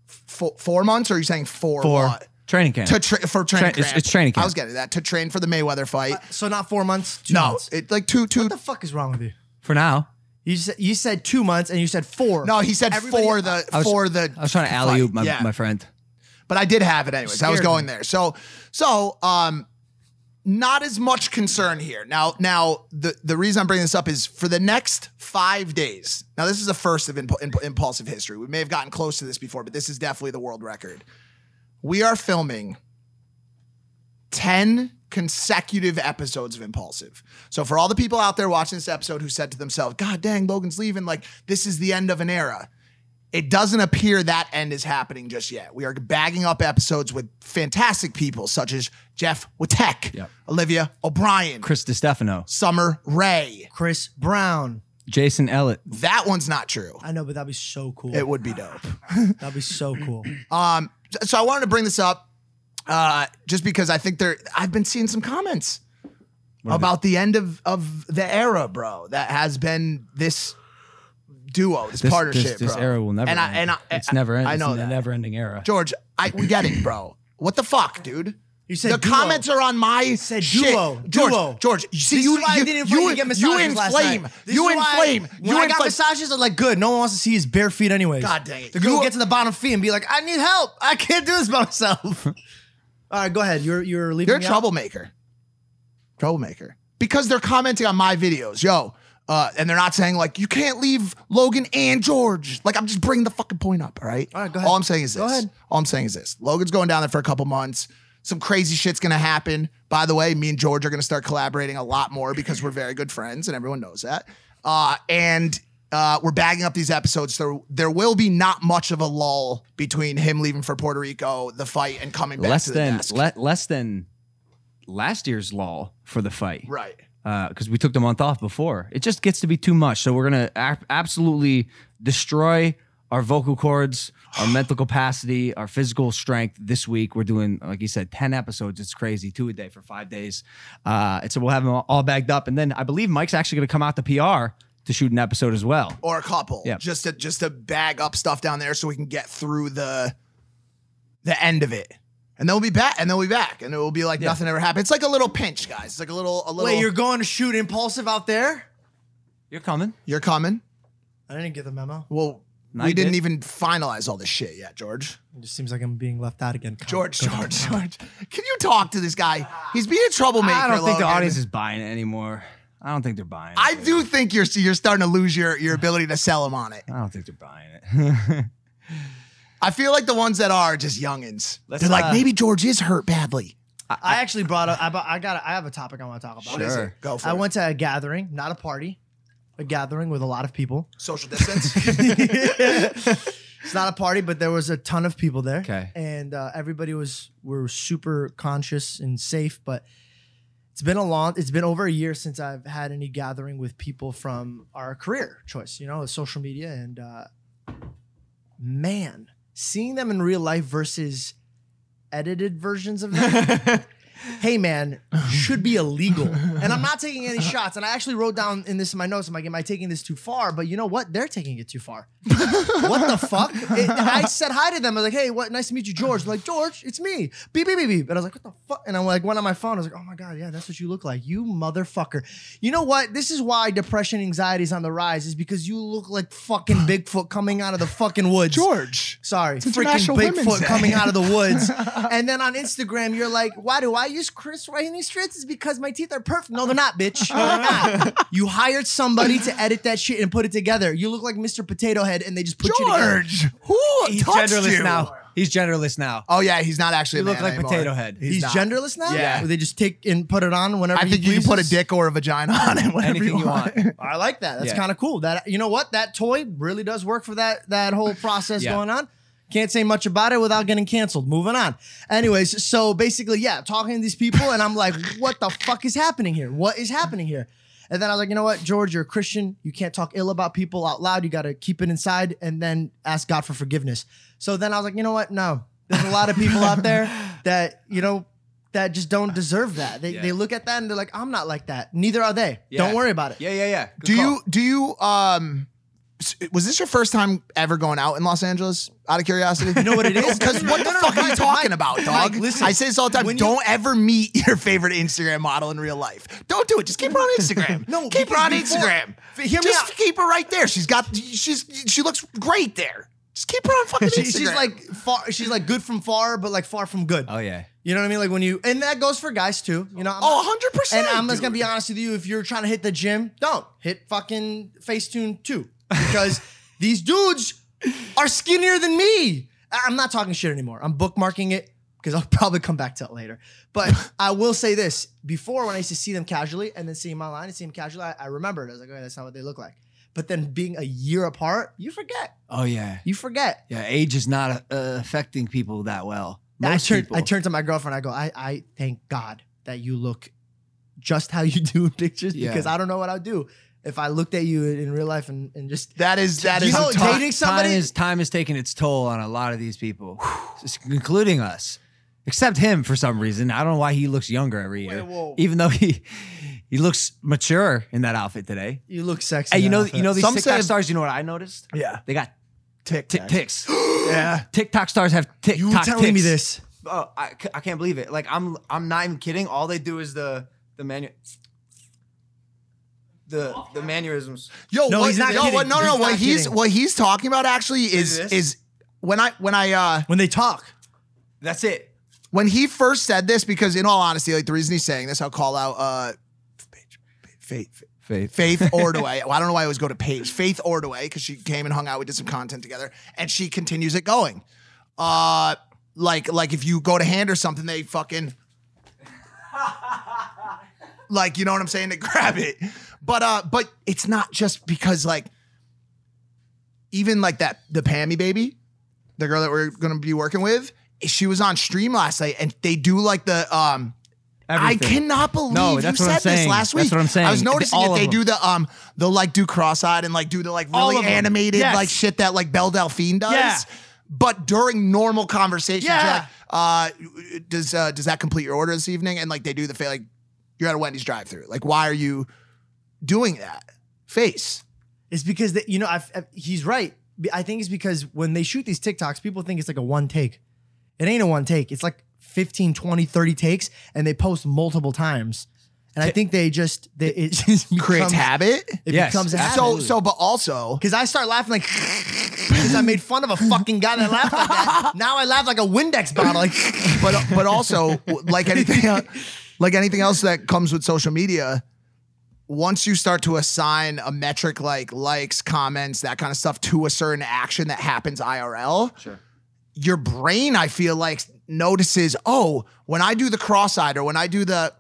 Speaker 5: fo- four months? Or are you saying four?
Speaker 4: four.
Speaker 5: what?
Speaker 4: Training camp.
Speaker 5: to tra- for
Speaker 4: Tra-
Speaker 5: training
Speaker 4: it's-
Speaker 5: camp.
Speaker 4: it's training camp. Uh,
Speaker 5: I was getting that to train for the Mayweather fight.
Speaker 6: Uh, So not four months. Two
Speaker 5: no,
Speaker 6: months.
Speaker 5: it, like two two.
Speaker 6: What the fuck is wrong with you?
Speaker 4: for now.
Speaker 6: You said you said two months and you said four.
Speaker 5: no, he said
Speaker 6: Everybody-
Speaker 5: for the
Speaker 4: was-
Speaker 5: for the.
Speaker 4: I was trying to alley oop my,
Speaker 5: Yeah.
Speaker 4: my friend.
Speaker 5: but I did have it anyways. I was
Speaker 6: Scared me.
Speaker 5: going there. So so um not as much concern here. Now now the the reason I'm bringing this up is for the next 5 days. Now this is the first of imp- imp- impulsive history. We may have gotten close to this before, but this is definitely the world record. We are filming 10 consecutive episodes of Impulsive. So for all the people out there watching this episode who said to themselves, "God dang, Logan's leaving, like this is the end of an era." it doesn't appear that end is happening just yet. We are bagging up episodes with fantastic people such as Jeff Witek,
Speaker 4: Yep.
Speaker 5: Olivia O'Brien,
Speaker 4: Chris DiStefano,
Speaker 5: Summer Ray.
Speaker 6: Chris Brown.
Speaker 4: Jason Ellett.
Speaker 5: That one's not true.
Speaker 6: I know, but that'd be so cool.
Speaker 5: It would be dope.
Speaker 6: that'd be so cool.
Speaker 5: Um, so I wanted to bring this up uh, just because I think there. I've been seeing some comments about the end of of the era, bro. That has been this duo, this,
Speaker 4: This,
Speaker 5: partnership.
Speaker 4: this, this
Speaker 5: bro.
Speaker 4: era will never
Speaker 5: And
Speaker 4: end.
Speaker 5: I, and I,
Speaker 4: it's never end.
Speaker 5: I know
Speaker 4: it's
Speaker 5: that.
Speaker 4: a never ending era.
Speaker 5: George, I we get it, bro. What the fuck, dude?
Speaker 6: You said
Speaker 5: the
Speaker 6: duo.
Speaker 5: comments are on my
Speaker 6: said
Speaker 5: shit.
Speaker 6: duo,
Speaker 5: George,
Speaker 6: duo.
Speaker 5: George, you see,
Speaker 6: This
Speaker 5: you
Speaker 6: is why I
Speaker 5: you
Speaker 6: didn't
Speaker 5: you,
Speaker 6: fucking get
Speaker 5: you
Speaker 6: massages last
Speaker 5: inflame,
Speaker 6: night. This
Speaker 5: you
Speaker 6: is why
Speaker 5: inflame,
Speaker 6: When
Speaker 5: you
Speaker 6: I got
Speaker 5: inflame.
Speaker 6: massages, I was like, good. No one wants to see his bare feet anyways.
Speaker 5: God dang it.
Speaker 6: The girl
Speaker 5: You-
Speaker 6: get to the bottom feet and be like, I need help. I can't do this by myself. <laughs> All right, go ahead. You're you're leaving.
Speaker 5: You're a
Speaker 6: me out?
Speaker 5: troublemaker. Troublemaker. Because they're commenting on my videos, yo. Uh, and they're not saying like you can't leave Logan and George. Like I'm just bringing the fucking point up. All right. All
Speaker 6: right, go ahead.
Speaker 5: All I'm saying is this.
Speaker 6: Go ahead.
Speaker 5: All I'm saying is this. Logan's going down there for a couple months. Some crazy shit's gonna happen. By the way, me and George are gonna start collaborating a lot more because we're very good friends and everyone knows that. Uh, and uh, we're bagging up these episodes. There, there will be not much of a lull between him leaving for Puerto Rico, the fight, and coming back
Speaker 4: Less
Speaker 5: to the
Speaker 4: than
Speaker 5: desk.
Speaker 4: le- less than last year's law for the fight.
Speaker 5: right.
Speaker 4: because we took the month off before. It just gets to be too much. So we're gonna a- absolutely destroy our vocal cords, our <sighs> mental capacity, our physical strength this week. We're doing, like you said, ten episodes. It's crazy, two a day for five days. Uh, and so we'll have them all- all bagged up, and then I believe Mike's actually gonna come out to PR to shoot an episode as well.
Speaker 5: or a couple.
Speaker 4: Yeah.
Speaker 5: Just to just to bag up stuff down there so we can get through the the end of it. And then we'll be back and then we'll be back. And it will be like nothing ever happened. It's like a little pinch, guys. It's like a little a little
Speaker 6: Wait, you're going to shoot Impulsive out there?
Speaker 4: You're coming.
Speaker 5: you're coming.
Speaker 6: I didn't get the memo.
Speaker 5: Well,
Speaker 4: No,
Speaker 5: we
Speaker 4: you
Speaker 5: didn't
Speaker 4: did.
Speaker 5: even finalize all this shit yet,
Speaker 4: Oh,
Speaker 5: George.
Speaker 6: It just seems like I'm being left out again. Come-
Speaker 5: George,
Speaker 6: go down.
Speaker 5: George, George. Can you talk to this guy? He's being a troublemaker.
Speaker 4: I don't think the
Speaker 5: Logan.
Speaker 4: audience is buying it anymore. I don't think they're buying.
Speaker 5: I
Speaker 4: it.
Speaker 5: do think you're you're starting to lose your your ability to sell him on it.
Speaker 4: I don't think they're buying it.
Speaker 5: I feel like the ones that are just youngins.
Speaker 4: Let's,
Speaker 5: They're like
Speaker 4: uh,
Speaker 5: maybe George is hurt badly.
Speaker 6: I actually brought up. I, bu- I got. I have a topic I want to talk about.
Speaker 4: What is it? Sure.
Speaker 5: Go for
Speaker 6: I
Speaker 5: it.
Speaker 6: went to a gathering, not a party, a gathering with a lot of people.
Speaker 5: Social distance.
Speaker 4: <laughs>
Speaker 5: <laughs>
Speaker 6: It's not a party, but there was a ton of people there.
Speaker 4: Okay.
Speaker 6: and uh, everybody was were super conscious and safe. But it's been a long. It's been over a year since I've had any gathering with people from our career choice. You know, social media and uh, man, seeing them in real life versus edited versions of them. hey man, should be illegal. And I'm not taking any shots. And I actually wrote down in this in my notes, I'm like, am I taking this too far? But you know what? They're taking it too far. <laughs> what the fuck? It- I said hi to them. I was like, hey, what? Nice to meet you, George. They're like, George, it's me. Beep, beep, beep, beep. And I was like, what the fuck? And I'm like, went on my phone. I was like, oh my God, yeah, that's what you look like. You motherfucker. You know what? This is why depression, anxiety is on the rise, is because you look like fucking Bigfoot coming out of the fucking woods.
Speaker 5: George.
Speaker 6: Sorry, freaking
Speaker 5: International Women's
Speaker 6: Bigfoot
Speaker 5: Day.
Speaker 6: coming out of
Speaker 5: <laughs>
Speaker 6: the woods. and then on Instagram, you're like, why do I use Chris right in these streets? It's because my teeth are perfect. No, they're not, bitch. No,
Speaker 5: <laughs>
Speaker 6: they're not. You hired somebody to edit that shit and put it together. You look like Mr. Potato Head and they just put you together.
Speaker 5: George, who
Speaker 4: <laughs> He's
Speaker 5: touched
Speaker 4: genderless
Speaker 5: you?
Speaker 4: now. He's genderless now.
Speaker 5: Oh yeah, he's not actually.
Speaker 4: You
Speaker 5: a
Speaker 4: look
Speaker 5: man
Speaker 4: like
Speaker 5: anymore.
Speaker 4: Potato Head.
Speaker 6: He's,
Speaker 5: not.
Speaker 6: genderless now?
Speaker 5: Yeah.
Speaker 6: They just take and put it on whenever
Speaker 5: I think
Speaker 6: he
Speaker 5: you can put a
Speaker 6: pleases?
Speaker 5: dick or a vagina on him. Whatever
Speaker 4: Anything
Speaker 5: you want.
Speaker 6: <laughs> I like that. That's
Speaker 4: Yeah.
Speaker 6: kind of cool. That you know what? That toy really does work for that that whole process
Speaker 4: Yeah.
Speaker 6: going on. Can't say much about it without getting canceled. Moving on. Anyways, so basically, yeah, talking to these people, and I'm like, what the fuck is happening here? What is happening here? And then I was like, you know what, George, you're a Christian. You can't talk ill about people out loud. You got to keep it inside and then ask God for forgiveness. So then I was like, you know what? No, there's a lot of people
Speaker 4: <laughs>
Speaker 6: out there that, you know, that just don't deserve that. They,
Speaker 4: Yeah.
Speaker 6: they look at that and they're like, I'm not like that. Neither are they.
Speaker 4: Yeah.
Speaker 6: Don't worry about it.
Speaker 4: Yeah, yeah, yeah. Good
Speaker 5: Do
Speaker 4: call.
Speaker 5: you? Do you? Um, s- was this your first time ever going out in Los Angeles? Out of curiosity, you
Speaker 6: know
Speaker 5: <laughs>
Speaker 6: what it is?
Speaker 5: Because
Speaker 6: No,
Speaker 5: what
Speaker 6: no,
Speaker 5: the
Speaker 6: no,
Speaker 5: fuck
Speaker 6: no,
Speaker 5: are you
Speaker 6: Mike,
Speaker 5: talking
Speaker 6: Mike,
Speaker 5: about, dog?
Speaker 6: Mike, listen.
Speaker 5: I say this all the time.
Speaker 6: When you-
Speaker 5: don't ever meet your favorite Instagram model in real life. Don't do it. Just keep her on Instagram.
Speaker 6: <laughs> No,
Speaker 5: keep her
Speaker 6: because
Speaker 5: on
Speaker 6: before-
Speaker 5: Instagram.
Speaker 6: F- hear me
Speaker 5: Just
Speaker 6: out.
Speaker 5: keep her right there. She's got. She's. She looks great there. Just keep her on fucking
Speaker 6: She-
Speaker 5: Instagram.
Speaker 6: <laughs> she's like far. She's like good from far, but like far from good.
Speaker 4: Oh yeah.
Speaker 6: You know what I mean? Like when you, and that goes for guys too. You know, I'm
Speaker 5: Oh,
Speaker 6: not-
Speaker 5: 100%,
Speaker 6: And I'm just gonna
Speaker 5: dude.
Speaker 6: be honest with you. If you're trying to hit the gym, don't hit fucking Facetune too, because
Speaker 5: <laughs>
Speaker 6: these dudes are skinnier than me. I- I'm not talking shit anymore. I'm bookmarking it because I'll probably come back to it later. But
Speaker 5: <laughs>
Speaker 6: I will say this: before, when I used to see them casually and then see them online and see them casually, I, I remembered. I was like, oh, that's not what they look like. But then being a year apart, you forget.
Speaker 4: Oh yeah.
Speaker 6: You forget.
Speaker 4: Yeah. Age is not uh, affecting people that well.
Speaker 6: I
Speaker 4: Most
Speaker 6: turned
Speaker 4: people.
Speaker 6: I turned to my girlfriend. I go, I, I thank God that you look just how you <laughs> do in pictures
Speaker 4: Yeah.
Speaker 6: because I don't know what I'd do if I looked at you in, in real life and, and just
Speaker 5: That is. That
Speaker 6: You
Speaker 5: is.
Speaker 6: know,
Speaker 5: tough.
Speaker 6: dating somebody-
Speaker 4: Time is time is taking its toll on a lot of these people, s- including us. Except him for some reason. I don't know why he looks younger every year,
Speaker 6: whoa.
Speaker 4: even though he he looks mature in that outfit today.
Speaker 6: you look sexy.
Speaker 4: Hey, you
Speaker 6: now.
Speaker 4: know, you know these
Speaker 5: Some
Speaker 4: TikTok
Speaker 5: say-
Speaker 4: stars. You know what I noticed?
Speaker 5: Yeah.
Speaker 4: They got
Speaker 5: Tick.
Speaker 4: tick <gasps> ticks.
Speaker 5: Yeah.
Speaker 4: TikTok stars have TikTok.
Speaker 6: you were telling me
Speaker 4: ticks.
Speaker 6: this.
Speaker 4: Oh, I, c- I can't believe it. Like I'm I'm not even kidding. All they do is the the manu the the mannerisms.
Speaker 5: Yo,
Speaker 6: No,
Speaker 5: what,
Speaker 6: he's not
Speaker 5: yo,
Speaker 6: kidding.
Speaker 5: what, no, no,
Speaker 6: He's
Speaker 5: no. What
Speaker 6: not
Speaker 5: he's
Speaker 6: kidding.
Speaker 5: what he's talking about actually is
Speaker 4: this?
Speaker 5: is when I when I uh
Speaker 6: When they talk,
Speaker 4: That's it.
Speaker 5: when he first said this because in all honesty, like the reason he's saying this, I'll call out uh Faith
Speaker 4: Faith.
Speaker 5: Faith Ordway. well, I don't know why I always go to Paige. Faith Ordway because she came and hung out. We did some content together, and she continues it going. Uh, like like if you go to hand or something, they fucking <laughs> like you know what I'm saying. They grab it, but uh, but it's not just because like even like that the Pammy baby, the girl that we're gonna be working with, she was on stream last night, and they do like the um I
Speaker 4: Everything.
Speaker 5: cannot believe
Speaker 4: No,
Speaker 5: you
Speaker 4: that's
Speaker 5: said
Speaker 4: what I'm
Speaker 5: this
Speaker 4: saying.
Speaker 5: last week.
Speaker 4: That's what I'm saying.
Speaker 5: I was noticing
Speaker 4: All
Speaker 5: that
Speaker 4: of
Speaker 5: they
Speaker 4: them.
Speaker 5: do the um, they'll like do cross-eyed and like do the like
Speaker 4: All
Speaker 5: really
Speaker 4: of them.
Speaker 5: animated
Speaker 4: Yes.
Speaker 5: like shit that like Belle Delphine does.
Speaker 4: Yeah.
Speaker 5: But during normal conversations,
Speaker 4: Yeah.
Speaker 5: you're like, uh, does uh, does that complete your order this evening? And like they do the fa- like, you're at a Wendy's drive-through. Like, why are you doing that face?
Speaker 6: It's because that you know I've, I've- he's right. Be- I think it's because when they shoot these TikToks, people think it's like a one take. It ain't a one take. It's like 15, 20, 30 takes and they post multiple times. And I think they just they it just becomes,
Speaker 5: Creates habit.
Speaker 6: It
Speaker 4: Yes,
Speaker 6: becomes a habit.
Speaker 5: So so, but also
Speaker 6: Because I start laughing like <laughs> because I made fun of a fucking guy that laughed like that. Now I laugh like a Windex bottle. Like <laughs>
Speaker 5: but but also like anything el- like anything else that comes with social media once you start to assign a metric like likes comments that kind of stuff to a certain action that happens IRL your brain I feel like notices oh when I do the cross-eyed or when I do the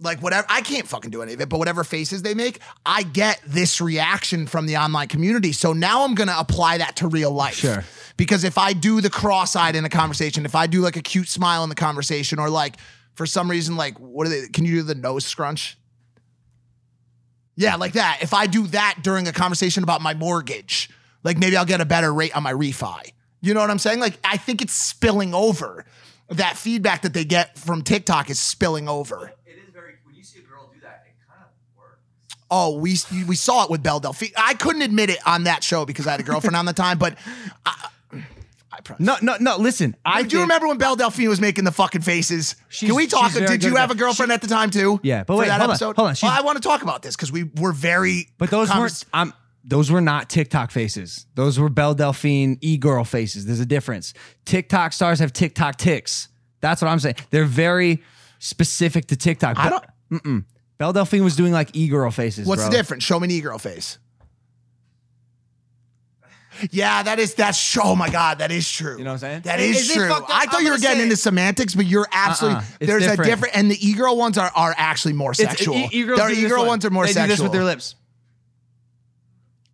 Speaker 5: like whatever I can't fucking do any of it, but whatever faces they make, I get this reaction from the online community. So now I'm gonna apply that to real life.
Speaker 4: Sure.
Speaker 5: Because if I do the cross-eyed in a conversation, if I do like a cute smile in the conversation, or like for some reason, like what are they can you do the nose scrunch? Yeah, like that. If I do that during a conversation about my mortgage, like maybe I'll get a better rate on my refi. You know what I'm saying? Like I think it's spilling over. That feedback that they get from TikTok is spilling over.
Speaker 7: It is very when you see a girl do that, it kind of works.
Speaker 5: Oh, we we saw it with Belle Delphine. I couldn't admit it on that show because I had a girlfriend on the time, but I, I probably.
Speaker 4: No, no, no. Listen, <laughs> I
Speaker 5: I do
Speaker 4: think-
Speaker 5: remember when Belle Delphine was making the fucking faces.
Speaker 4: She's-
Speaker 5: Can we talk?
Speaker 4: she's very
Speaker 5: Did you
Speaker 4: good
Speaker 5: have a
Speaker 4: about-
Speaker 5: girlfriend at the time too?
Speaker 4: Yeah, but
Speaker 5: for
Speaker 4: wait,
Speaker 5: that
Speaker 4: hold on,
Speaker 5: episode?
Speaker 4: hold on, she's-
Speaker 5: Well, I want to talk about this because we were very.
Speaker 4: But those
Speaker 5: convers-
Speaker 4: weren't. I'm. Those were not TikTok faces. Those were Belle Delphine e girl faces. There's a difference. TikTok stars have TikTok ticks. That's what I'm saying. They're very specific to TikTok.
Speaker 5: I
Speaker 4: But-
Speaker 5: don't.
Speaker 4: Belle Delphine was doing like e girl faces.
Speaker 5: What's
Speaker 4: bro.
Speaker 5: the difference? Show me an e-girl face. Yeah, that is that's true. Oh my god, that is true.
Speaker 4: You know what I'm saying?
Speaker 5: That is,
Speaker 6: Is it
Speaker 5: true.
Speaker 6: fucked up?
Speaker 5: I thought
Speaker 6: I'm
Speaker 5: you were
Speaker 6: gonna
Speaker 5: getting
Speaker 6: say
Speaker 5: into
Speaker 6: it.
Speaker 5: semantics, but you're absolutely
Speaker 4: Uh-uh. It's
Speaker 5: there's a
Speaker 4: different.
Speaker 5: different and the e-girl ones are are actually more
Speaker 4: It's-
Speaker 5: sexual.
Speaker 4: E- e-girls
Speaker 5: Their
Speaker 4: do this
Speaker 5: e-girl
Speaker 4: one.
Speaker 5: ones are more
Speaker 4: they
Speaker 5: sexual.
Speaker 4: do this with their lips.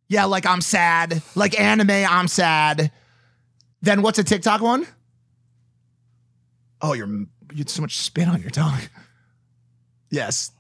Speaker 5: Yeah, like I'm sad. Like anime, I'm sad. Then what's a TikTok one? Oh, you're you had so much spit on your tongue. Yes.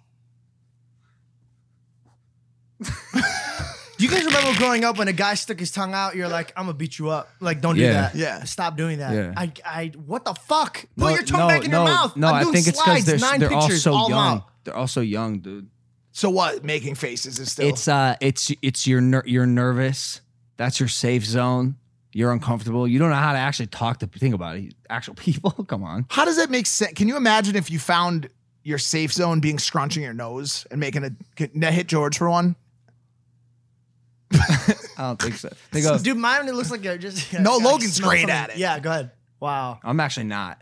Speaker 6: you guys remember growing up when a guy stuck his tongue out, you're like, I'm gonna beat you up. Like, don't
Speaker 4: Yeah.
Speaker 6: do that.
Speaker 5: Yeah.
Speaker 6: Stop doing that.
Speaker 4: Yeah.
Speaker 6: I I what the fuck? Put
Speaker 4: No,
Speaker 6: your tongue
Speaker 4: no,
Speaker 6: back in
Speaker 4: no,
Speaker 6: your mouth.
Speaker 4: No,
Speaker 6: I'm
Speaker 4: I
Speaker 6: doing
Speaker 4: think it's because
Speaker 6: slides,
Speaker 4: they're
Speaker 6: nine
Speaker 4: they're all
Speaker 6: pictures,
Speaker 4: so
Speaker 6: all
Speaker 4: young.
Speaker 6: out.
Speaker 4: They're all so young, dude.
Speaker 5: So what? Making faces is still
Speaker 4: It's uh, it's it's your ner- you're nervous. That's your safe zone. You're uncomfortable. You don't know how to actually talk to think about it. <laughs> Actual people, come on.
Speaker 5: How does that make sense? Can you imagine if you found your safe zone being scrunching your nose and making a can I hit George for one?
Speaker 4: I don't think so. They <laughs> go.
Speaker 6: Dude, mine it looks like you're just
Speaker 5: No,
Speaker 6: I
Speaker 5: Logan's
Speaker 6: smell
Speaker 5: great
Speaker 6: something.
Speaker 5: at it.
Speaker 6: Yeah, go ahead. Wow.
Speaker 4: I'm actually not.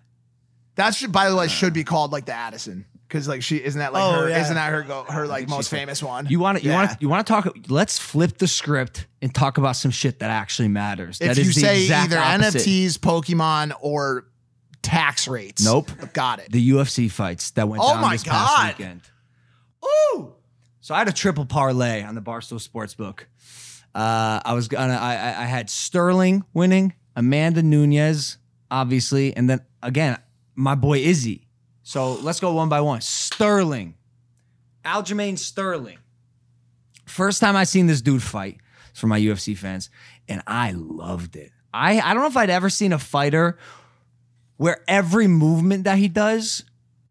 Speaker 5: That should, by the way, should be called like the Addison because like she isn't that like
Speaker 6: Oh,
Speaker 5: her
Speaker 6: yeah.
Speaker 5: isn't that her go her
Speaker 4: think
Speaker 5: like
Speaker 4: she's
Speaker 5: most
Speaker 4: like-
Speaker 5: famous one.
Speaker 4: You want to you
Speaker 5: Yeah.
Speaker 4: want to you want to talk. Let's flip the script and talk about some shit that actually matters.
Speaker 5: if
Speaker 4: that is
Speaker 5: you
Speaker 4: the
Speaker 5: say
Speaker 4: exact
Speaker 5: either
Speaker 4: opposite.
Speaker 5: NFTs, Pokemon, or tax rates.
Speaker 4: Nope.
Speaker 5: got it.
Speaker 4: the UFC fights that went
Speaker 5: Oh
Speaker 4: down
Speaker 5: my
Speaker 4: this
Speaker 5: God.
Speaker 4: past weekend. Ooh! So I had a triple parlay on the Barstool Sportsbook. Uh, I was gonna. I, I I had Sterling winning, Amanda Nunez, obviously, and then again my boy Izzy. So let's go one by one. Sterling, Aljamain Sterling. First time I seen this dude fight it's for my UFC fans, and I loved it. I I don't know if I'd ever seen a fighter where every movement that he does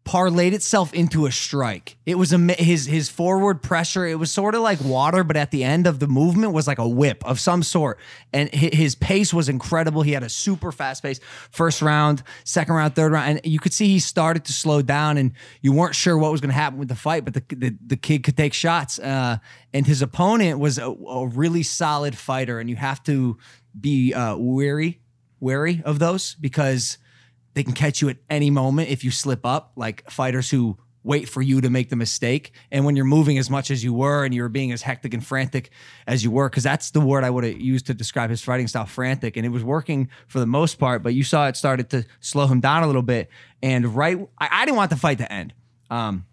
Speaker 4: parlayed itself into a strike. It was ama- his his forward pressure. It was sort of like water, but at the end of the movement was like a whip of some sort. And hi- his pace was incredible. He had a super fast pace. First round, second round, third round, and you could see he started to slow down. And you weren't sure what was going to happen with the fight, but the the, the kid could take shots. Uh, and his opponent was a, a really solid fighter, and you have to be uh, wary wary of those because they can catch you at any moment if you slip up, like fighters who wait for you to make the mistake. And when you're moving as much as you were and you were being as hectic and frantic as you were, because that's the word I would have used to describe his fighting style frantic. And it was working for the most part, but you saw it started to slow him down a little bit. And right, I, I didn't want the fight to end. Um,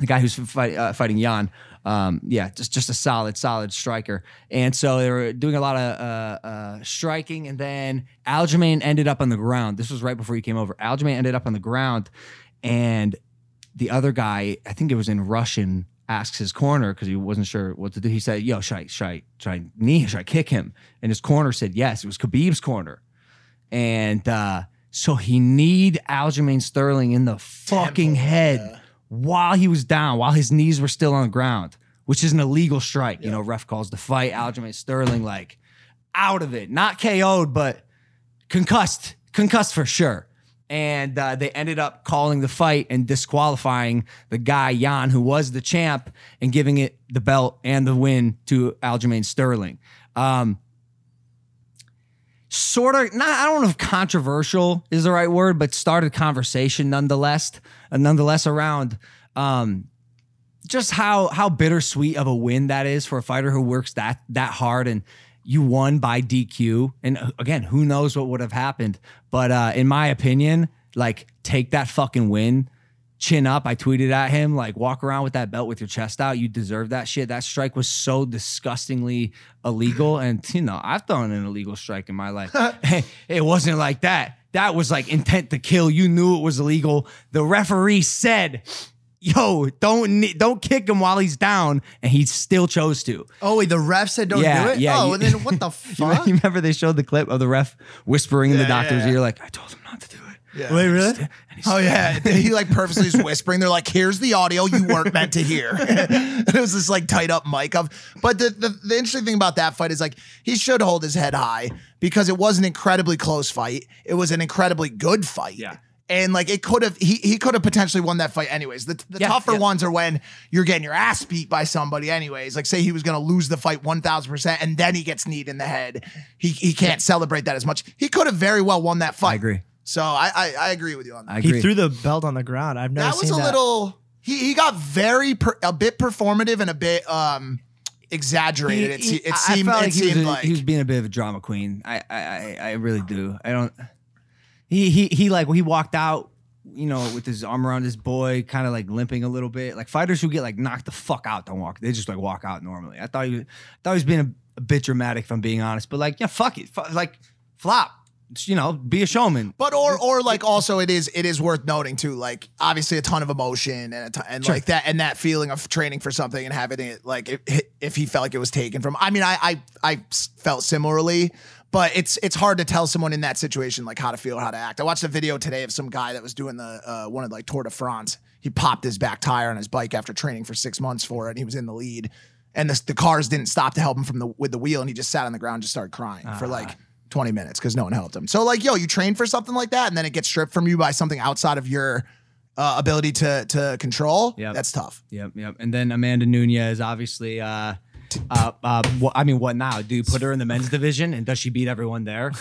Speaker 4: the guy who's fight, uh, fighting Jan. Um, yeah, just just a solid, solid striker. And so they were doing a lot of uh, uh, striking, and then Aljamain ended up on the ground. This was right before he came over. Aljamain ended up on the ground, and the other guy, I think it was in Russian, asks his corner because he wasn't sure what to do. He said, "Yo, should I, should I, should I knee? Should I kick him?" And his corner said, "Yes." It was Khabib's corner, and uh, so he kneed Aljamain Sterling in the fucking head while he was down, while his knees were still on the ground, which is an illegal strike. You know, ref calls the fight. Aljamain Sterling like out of it, not KO'd, but concussed, concussed for sure. And uh, they ended up calling the fight and disqualifying the guy Jan, who was the champ, and giving it the belt and the win to Aljamain Sterling. Um, sort of not I don't know if controversial is the right word, but started conversation nonetheless, uh, nonetheless around um, just how how bittersweet of a win that is for a fighter who works that that hard and you won by DQ. And uh, again, who knows what would have happened? But uh, in my opinion, like take that fucking win. Chin up. I tweeted at him, like, walk around with that belt with your chest out. You deserve that shit. That strike was so disgustingly
Speaker 5: <laughs>
Speaker 4: illegal. And, you know, I've thrown an illegal strike in my life. it wasn't like that. That was like intent to kill. You knew it was illegal. The referee said, yo, don't kn- don't kick him while he's down, and he still chose to.
Speaker 6: Oh wait, the ref said don't
Speaker 4: Yeah,
Speaker 6: do it.
Speaker 4: yeah,
Speaker 6: oh,
Speaker 4: you-
Speaker 6: and
Speaker 4: <laughs>
Speaker 6: then what the
Speaker 4: You
Speaker 6: fuck?
Speaker 4: remember they showed the clip of the ref whispering in the
Speaker 5: Yeah,
Speaker 4: doctor's
Speaker 5: yeah.
Speaker 4: ear, like, "I told him not to do it."
Speaker 5: Yeah.
Speaker 6: wait, really?
Speaker 4: And he's-
Speaker 5: Oh yeah, he like purposely is whispering. They're like, "Here's the audio you weren't meant to hear." <laughs> it was this like tight up mic of. But the, the the interesting thing about that fight is like he should hold his head high because it was an incredibly close fight. It was an incredibly good fight.
Speaker 4: Yeah.
Speaker 5: And like it could have, he, he could have potentially won that fight anyways. The, the
Speaker 4: Yeah,
Speaker 5: tougher
Speaker 4: yeah.
Speaker 5: ones are when you're getting your ass beat by somebody anyways. Like say he was going to lose the fight 1000% and then he gets kneed in the head. He, he can't celebrate that as much. He could have very well won that fight.
Speaker 4: agree.
Speaker 5: So I, I, I agree with you on that
Speaker 4: I
Speaker 6: He
Speaker 4: agree.
Speaker 6: threw the belt on the ground. I've never
Speaker 5: that was
Speaker 6: seen
Speaker 5: a little he, he got very per, a bit performative and a bit um exaggerated it, se- it
Speaker 4: I- I
Speaker 5: seemed
Speaker 4: felt
Speaker 5: it
Speaker 4: like he, was
Speaker 5: seemed
Speaker 4: a-
Speaker 5: like
Speaker 4: he was being a bit of a drama queen. I, I, I, I really do. I don't. He, he, he. Like he walked out, you know, with his arm around his boy, kind of like limping a little bit. Like fighters who get like knocked the fuck out don't walk. They just like walk out normally. I thought he, was, I thought he was being a, a bit dramatic, if I'm being honest. But like, yeah, fuck it, Fu- like flop. You know, be a showman.
Speaker 5: but or or like also it is it is worth noting too like obviously a ton of emotion and a ton, and like that and that feeling of training for something and having it like if, if he felt like it was taken from I mean I I I s- felt similarly but it's it's hard to tell someone in that situation like how to feel how to act I watched a video today of some guy that was doing the uh, one of like Tour de France he popped his back tire on his bike after training for six months for it and he was in the lead and the, the cars didn't stop to help him from the with the wheel and he just sat on the ground and just started crying for like 20 minutes because no one helped him so like yo you train for something like that and then it gets stripped from you by something outside of your uh, ability to to control
Speaker 4: Yep.
Speaker 5: that's tough
Speaker 4: Yep, yep. And then Amanda Nunez, obviously. Uh, uh, uh, wha- I mean, what now? Do you put her in the men's division, and does she beat everyone <laughs> there?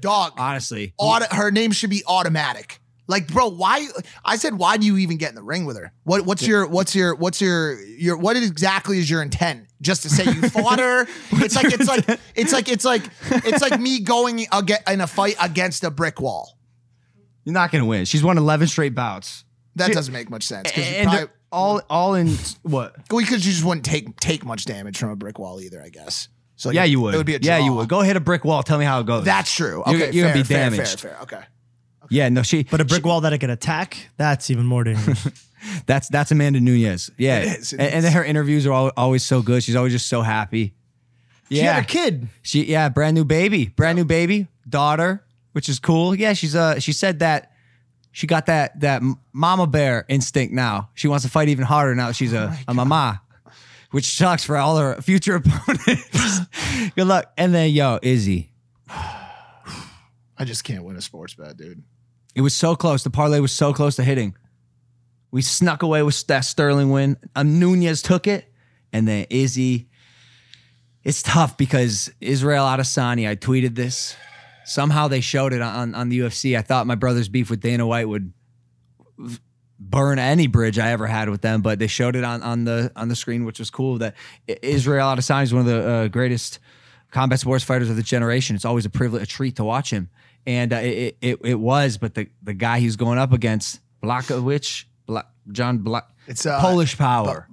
Speaker 5: dog
Speaker 4: Honestly,
Speaker 5: auto, her name should be automatic like bro why i said why do you even get in the ring with her what what's your what's your what's your your what is- exactly is your intent just to say you
Speaker 4: <laughs>
Speaker 5: fought her it's like it's like it's like it's like it's like me going aga in a fight against a brick wall
Speaker 4: you're not gonna win. She's won 11 straight bouts,
Speaker 5: That doesn't make much sense because you
Speaker 4: and
Speaker 5: probably
Speaker 4: they're all all in what?
Speaker 5: well, 'cause you just wouldn't take take much damage from a brick wall either, I guess. So
Speaker 4: Yeah, you would.
Speaker 5: It would be a
Speaker 4: yeah, you
Speaker 5: draw.
Speaker 4: would. Go hit a brick wall. Tell me how it goes.
Speaker 5: That's true. Okay,
Speaker 4: You're- you're
Speaker 5: fair,
Speaker 4: gonna be
Speaker 5: fair,
Speaker 4: damaged.
Speaker 5: Fair, fair, Okay.
Speaker 4: yeah. No, she.
Speaker 6: but a brick wall that it could attack, that's even more dangerous.
Speaker 4: That's that's Amanda Nunez. Yeah,
Speaker 5: It is, it
Speaker 4: and, and
Speaker 5: is.
Speaker 4: her interviews are al always so good. She's always just so happy. <laughs> Yeah,
Speaker 6: She had a kid.
Speaker 4: She yeah, brand new baby, brand new baby, daughter, which is cool. Yeah, she's uh she said that she got that that m- mama bear instinct now. She wants to fight even harder now. that She's a, a mama. Which sucks for all her future <laughs> opponents. Good luck. And then yo, Izzy.
Speaker 5: I just can't win a sports bet, dude.
Speaker 4: It was so close. The parlay was so close to hitting. We snuck away with that Sterling win. Um, Nunez took it, and then Izzy. It's tough because Israel Adesanya. I tweeted this. Somehow they showed it on on the UFC. I thought my brother's beef with Dana White would v- burn any bridge I ever had with them, but they showed it on on the on the screen, which was cool. That I- Israel Adesanya is one of the uh, greatest combat sports fighters of the generation. It's always a privilege, a treat to watch him. And uh, it, it it was, but the the guy he's going up against, Blachowicz, Bla- John Blach,
Speaker 5: It's, uh,
Speaker 4: Polish power.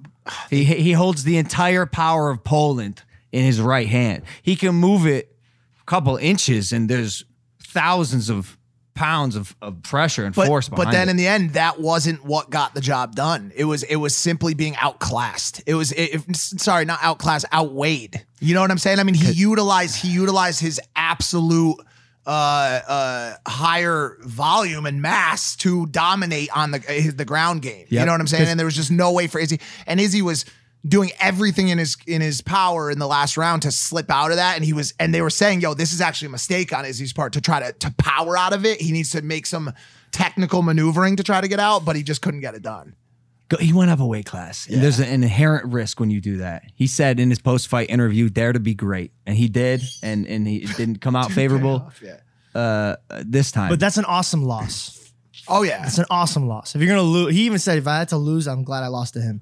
Speaker 4: he he holds the entire power of Poland in his right hand. He can move it a couple inches, and there's thousands of pounds of, of pressure and
Speaker 5: But,
Speaker 4: force behind
Speaker 5: but then
Speaker 4: it.
Speaker 5: in the end, that wasn't what got the job done. It was it was simply being outclassed. It was it, it- sorry, not outclassed, outweighed. You know what I'm saying? I mean, he utilized he utilized his absolute uh uh higher volume and mass to dominate on the uh, his- the ground game. You
Speaker 4: Yep.
Speaker 5: know what I'm saying? And there was just no way for Izzy. And Izzy was doing everything in his in his power in the last round to slip out of that. And he was and they were saying, yo, this is actually a mistake on Izzy's part to try to to power out of it. He needs to make some technical maneuvering to try to get out, but he just couldn't get it done.
Speaker 4: Go, he went up a weight class. And there's an inherent risk when you do that. He said in his post fight interview, "Dare to be great," and he did, and and he it <laughs> didn't come out favorable
Speaker 5: Yeah.
Speaker 4: uh, this time.
Speaker 6: But that's an awesome loss.
Speaker 5: Oh yeah.
Speaker 6: It's an awesome loss. If you're gonna lose, he even said, if I had to lose, I'm glad I lost to him.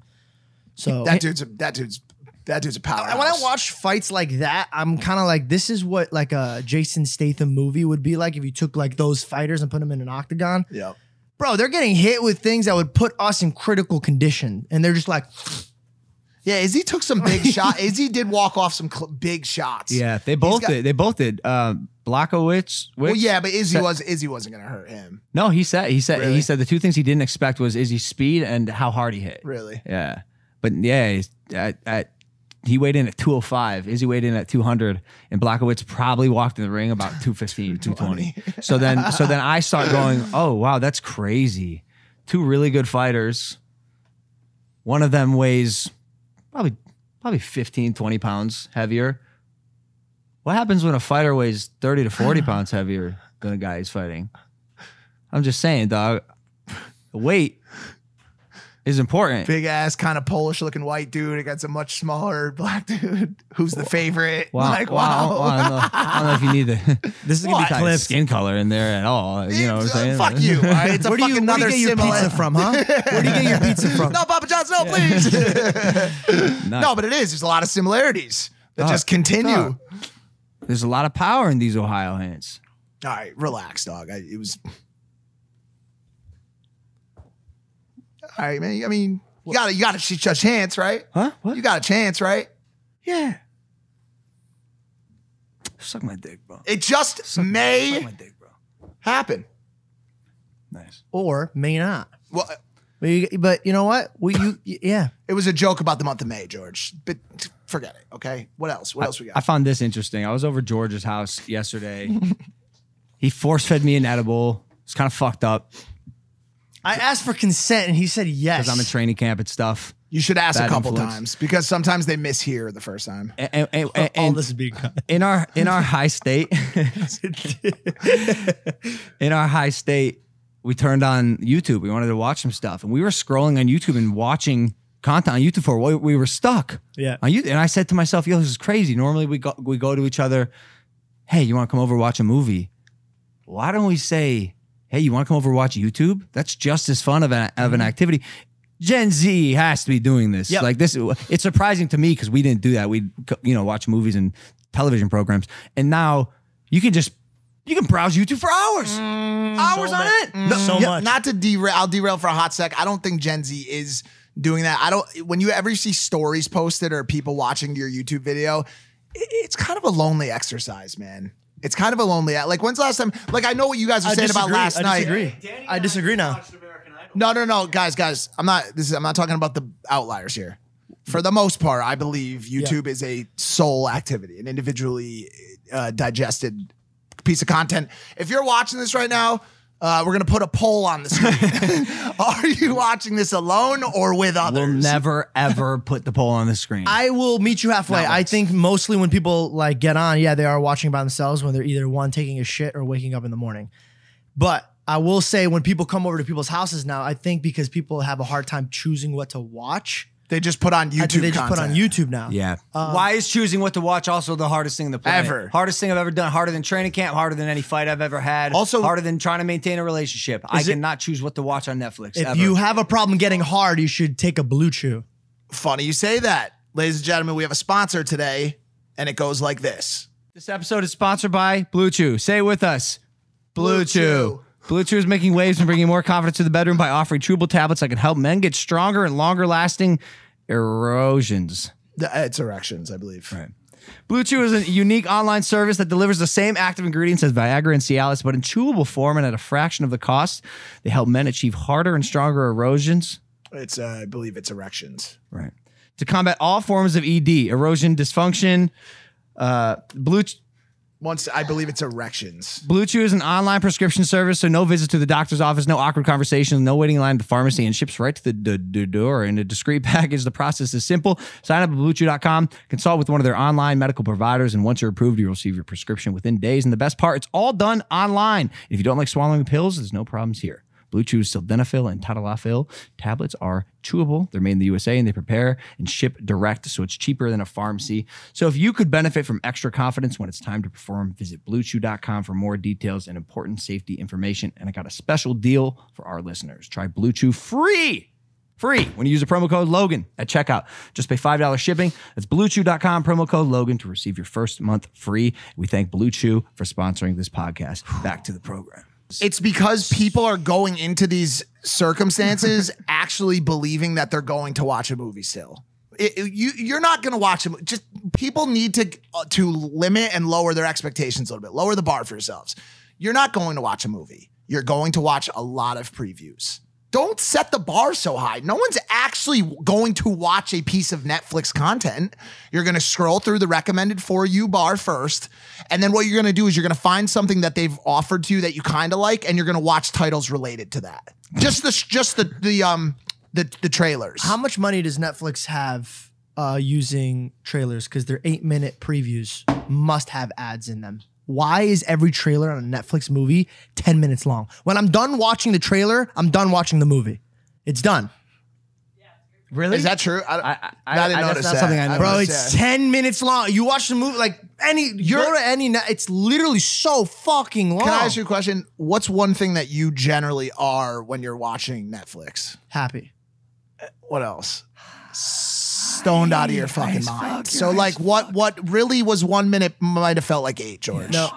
Speaker 6: So
Speaker 5: That dude's a that dude's that dude's a power.
Speaker 6: And when I watch fights like that, I'm kind of like, this is what like a Jason Statham movie would be like if you took like those fighters and put them in an octagon.
Speaker 5: Yep.
Speaker 6: Bro, they're getting hit with things that would put us in critical condition, and they're just like,
Speaker 5: Yeah, Izzy took
Speaker 4: <laughs>
Speaker 5: some big shot. Izzy did walk off some cl- big shots.
Speaker 4: yeah, they both
Speaker 5: got-
Speaker 4: did. They both did. Um, Blackowicz.
Speaker 5: Well, yeah, but Izzy was Izzy wasn't gonna hurt him.
Speaker 4: No, he said he said
Speaker 5: Really?
Speaker 4: he said the two things he didn't expect was Izzy's speed and how hard he hit.
Speaker 5: Really?
Speaker 4: Yeah, but yeah, he's- at, at, he weighed in at 205. Izzy weighed in at 200, and Blackowitz probably walked in the ring about 215, 220. so then, so then I start going, oh wow, that's crazy. Two really good fighters. One of them weighs probably probably 15, 20 pounds heavier. What happens when a fighter weighs 30 to
Speaker 5: <sighs>
Speaker 4: 40 pounds heavier than a guy he's fighting? I'm just saying, dog. The weight is important.
Speaker 5: Big ass, kind of Polish looking white dude against a much smaller <laughs> black dude who's the favorite.
Speaker 4: Wow,
Speaker 5: Like,
Speaker 4: wow,
Speaker 5: wow.
Speaker 4: wow, I, don't know, I don't know if you need
Speaker 5: <laughs>
Speaker 4: the
Speaker 6: this is gonna
Speaker 4: what?
Speaker 6: be clips.
Speaker 4: skin color in there at all. You know what I'm saying?
Speaker 5: uh, Fuck you.
Speaker 4: <laughs>
Speaker 5: all right?
Speaker 6: <laughs>
Speaker 5: It's a
Speaker 6: Where do
Speaker 5: fucking
Speaker 6: you, where do
Speaker 5: another
Speaker 6: you get your
Speaker 5: symbol.
Speaker 6: pizza from, huh? Where do you get your
Speaker 5: <laughs>
Speaker 6: pizza from?
Speaker 5: No, Papa John's, no, please. <laughs> no,
Speaker 4: Nuts.
Speaker 5: but it is. There's a lot of similarities that
Speaker 6: Ah,
Speaker 4: Dog,
Speaker 5: just continue.
Speaker 4: dog. There's a lot of power in these Ohio hands.
Speaker 6: ah.
Speaker 5: All right, relax, dog. I, it was. All right, man. I mean, you got to you got to shoot your chance, right?
Speaker 4: Huh? What?
Speaker 5: You got a chance, right?
Speaker 4: yeah. Suck my dick, bro.
Speaker 5: It just
Speaker 4: Suck
Speaker 5: may
Speaker 4: my dick, bro.
Speaker 5: happen.
Speaker 4: Nice.
Speaker 6: Or may not.
Speaker 5: Well,
Speaker 6: But you, but you know what? We you yeah.
Speaker 5: it was a joke about the month of May, George. But t- forget it. Okay. What else? What else we
Speaker 4: I
Speaker 5: got?
Speaker 4: found this interesting. I was over George's house yesterday. <laughs> he force fed me an edible. It's kind of fucked up
Speaker 6: I asked for consent, and he said yes.
Speaker 4: because I'm in training camp and stuff.
Speaker 5: You should ask a
Speaker 4: Bad
Speaker 5: couple
Speaker 4: influence.
Speaker 5: times because sometimes they mishear the first time.
Speaker 4: And, and, and, and,
Speaker 6: All this is being cut.
Speaker 4: in our in our high state
Speaker 6: <laughs>
Speaker 4: in our high state we turned on youtube we wanted to watch some stuff and we were scrolling on youtube and watching content on youtube for we, we were stuck
Speaker 6: Yeah.
Speaker 4: on you and i said to myself yo this is crazy normally we go we go to each other hey you want to come over and watch a movie why don't we say hey you want to come over and watch youtube that's just as fun of an, of an activity Gen Z has to be doing this.
Speaker 6: Mm-hmm. Yep.
Speaker 4: Like this, it's surprising to me because we didn't do that. We, you know, watch movies and television programs, and now you can just you can browse YouTube for hours,
Speaker 6: Mm.
Speaker 4: hours on
Speaker 6: much.
Speaker 4: it.
Speaker 6: No, so
Speaker 5: Mm. Yeah,
Speaker 6: much.
Speaker 5: Not to derail. I'll derail for a hot sec. I don't think Gen Z is doing that. I don't. When you ever see stories posted or people watching your YouTube video, i- it's kind of a lonely exercise, man. It's kind of a lonely. Like when's the last time? Like I know what you guys were
Speaker 6: I
Speaker 5: saying
Speaker 6: disagree.
Speaker 5: about last
Speaker 6: I
Speaker 5: night.
Speaker 6: disagree. I disagree now.
Speaker 5: No, no, no, guys, guys. I'm not. This is. I'm not talking about the outliers here. For the most part, I believe YouTube is a sole activity, an individually uh, digested piece of content. If you're watching this right now, uh, we're gonna put a poll on the
Speaker 6: <laughs>
Speaker 5: screen. Are you watching this alone or with
Speaker 4: We'll
Speaker 5: others?
Speaker 4: never ever put the poll on the screen.
Speaker 6: I will meet you halfway. I think mostly when people like get on, yeah, they are watching by themselves when they're either one taking a shit or waking up in the morning. But I will say when people come over to people's houses now, I think because people have a hard time choosing what to watch,
Speaker 5: they just put on
Speaker 6: I
Speaker 5: YouTube.
Speaker 6: think they just
Speaker 5: content.
Speaker 6: put on YouTube now.
Speaker 4: yeah. Why is choosing what to watch also the hardest thing in the planet?
Speaker 5: Ever.
Speaker 4: Hardest thing I've ever done. Harder than training camp. Harder than any fight I've ever had.
Speaker 5: Also-
Speaker 4: harder than trying to maintain a relationship. I cannot choose what to watch on Netflix.
Speaker 6: If
Speaker 4: ever.
Speaker 6: you have a problem getting hard, you should take a blue chew.
Speaker 5: Funny you say that, ladies and gentlemen. We have a sponsor today, and it goes like this.
Speaker 4: This episode is sponsored by Blue Chew. Say it with us. Blue
Speaker 5: Blue
Speaker 4: Chew.
Speaker 5: Chew.
Speaker 4: Blue Chew is making waves and bringing more confidence to the bedroom by offering chewable tablets that can help men get stronger and longer lasting erosions.
Speaker 5: The- uh, It's erections, I believe.
Speaker 4: Right.
Speaker 6: Blue Chew is a unique online service that delivers the same active ingredients as Viagra and Cialis, but in chewable form and at a fraction of the cost. They help men achieve harder and stronger erosions.
Speaker 5: It's uh, I believe it's erections.
Speaker 6: Right. To combat all forms of ED, erosion dysfunction, uh, Blue Ch-
Speaker 5: Once I believe it's erections.
Speaker 6: Blue Chew is an online prescription service, so no visits to the doctor's office, no awkward conversations, no waiting in line at the pharmacy, and ships right to the d- d- door in a discreet <laughs> package. The process is simple. Sign up at bluechew.com, consult with one of their online medical providers, and once you're approved, you'll receive your prescription within days. And the best part, it's all done online. If you don't like swallowing pills, there's no problems here. Blue Chew's sildenafil and tadalafil tablets are chewable. They're made in the USA and they prepare and ship direct, so it's cheaper than a pharmacy. So if you could benefit from extra confidence when it's time to perform, visit bluechew.com for more details and important safety information. And I got a special deal for our listeners. Try Blue Chew free. Free when you use the promo code Logan at checkout. Just pay $5 shipping. That's bluechew.com, promo code Logan to receive your first month free. We thank Blue Chew for sponsoring this podcast. <sighs> Back to the program.
Speaker 5: It's because people are going into these circumstances actually believing that they're going to watch a movie still. It- it- you you're not going to watch them. Just people need to uh, to limit and lower their expectations a little bit. Lower the bar for yourselves. You're not going to watch a movie. You're going to watch a lot of previews. Don't set the bar so high. No one's actually going to watch a piece of Netflix content. You're going to scroll through the recommended for you bar first. And then what you're going to do is you're going to find something that they've offered to you that you kind of like and you're going to watch titles related to that. Just the just the the um the the trailers.
Speaker 4: How much money does Netflix have uh, using trailers? Because their eight minute previews must have ads in them. Why is every trailer on a Netflix movie 10 minutes long? When I'm done watching the trailer, I'm done watching the movie. It's done.
Speaker 6: Really?
Speaker 5: Is that true? I, I, I, didn't
Speaker 6: I- that's
Speaker 5: notice
Speaker 6: not
Speaker 5: that.
Speaker 6: something I
Speaker 5: didn't
Speaker 6: noticed.
Speaker 4: Bro,
Speaker 5: notice
Speaker 4: it's
Speaker 5: that.
Speaker 4: 10 minutes long. You watch the movie, like any, you go to any, net- it's literally so fucking long.
Speaker 5: Can I ask you a question? What's one thing that you generally are when you're watching Netflix? Uh,
Speaker 4: Happy.
Speaker 5: What else? Stoned out of your fucking mind. So like, what what really was one minute might have felt like eight, George.
Speaker 4: No.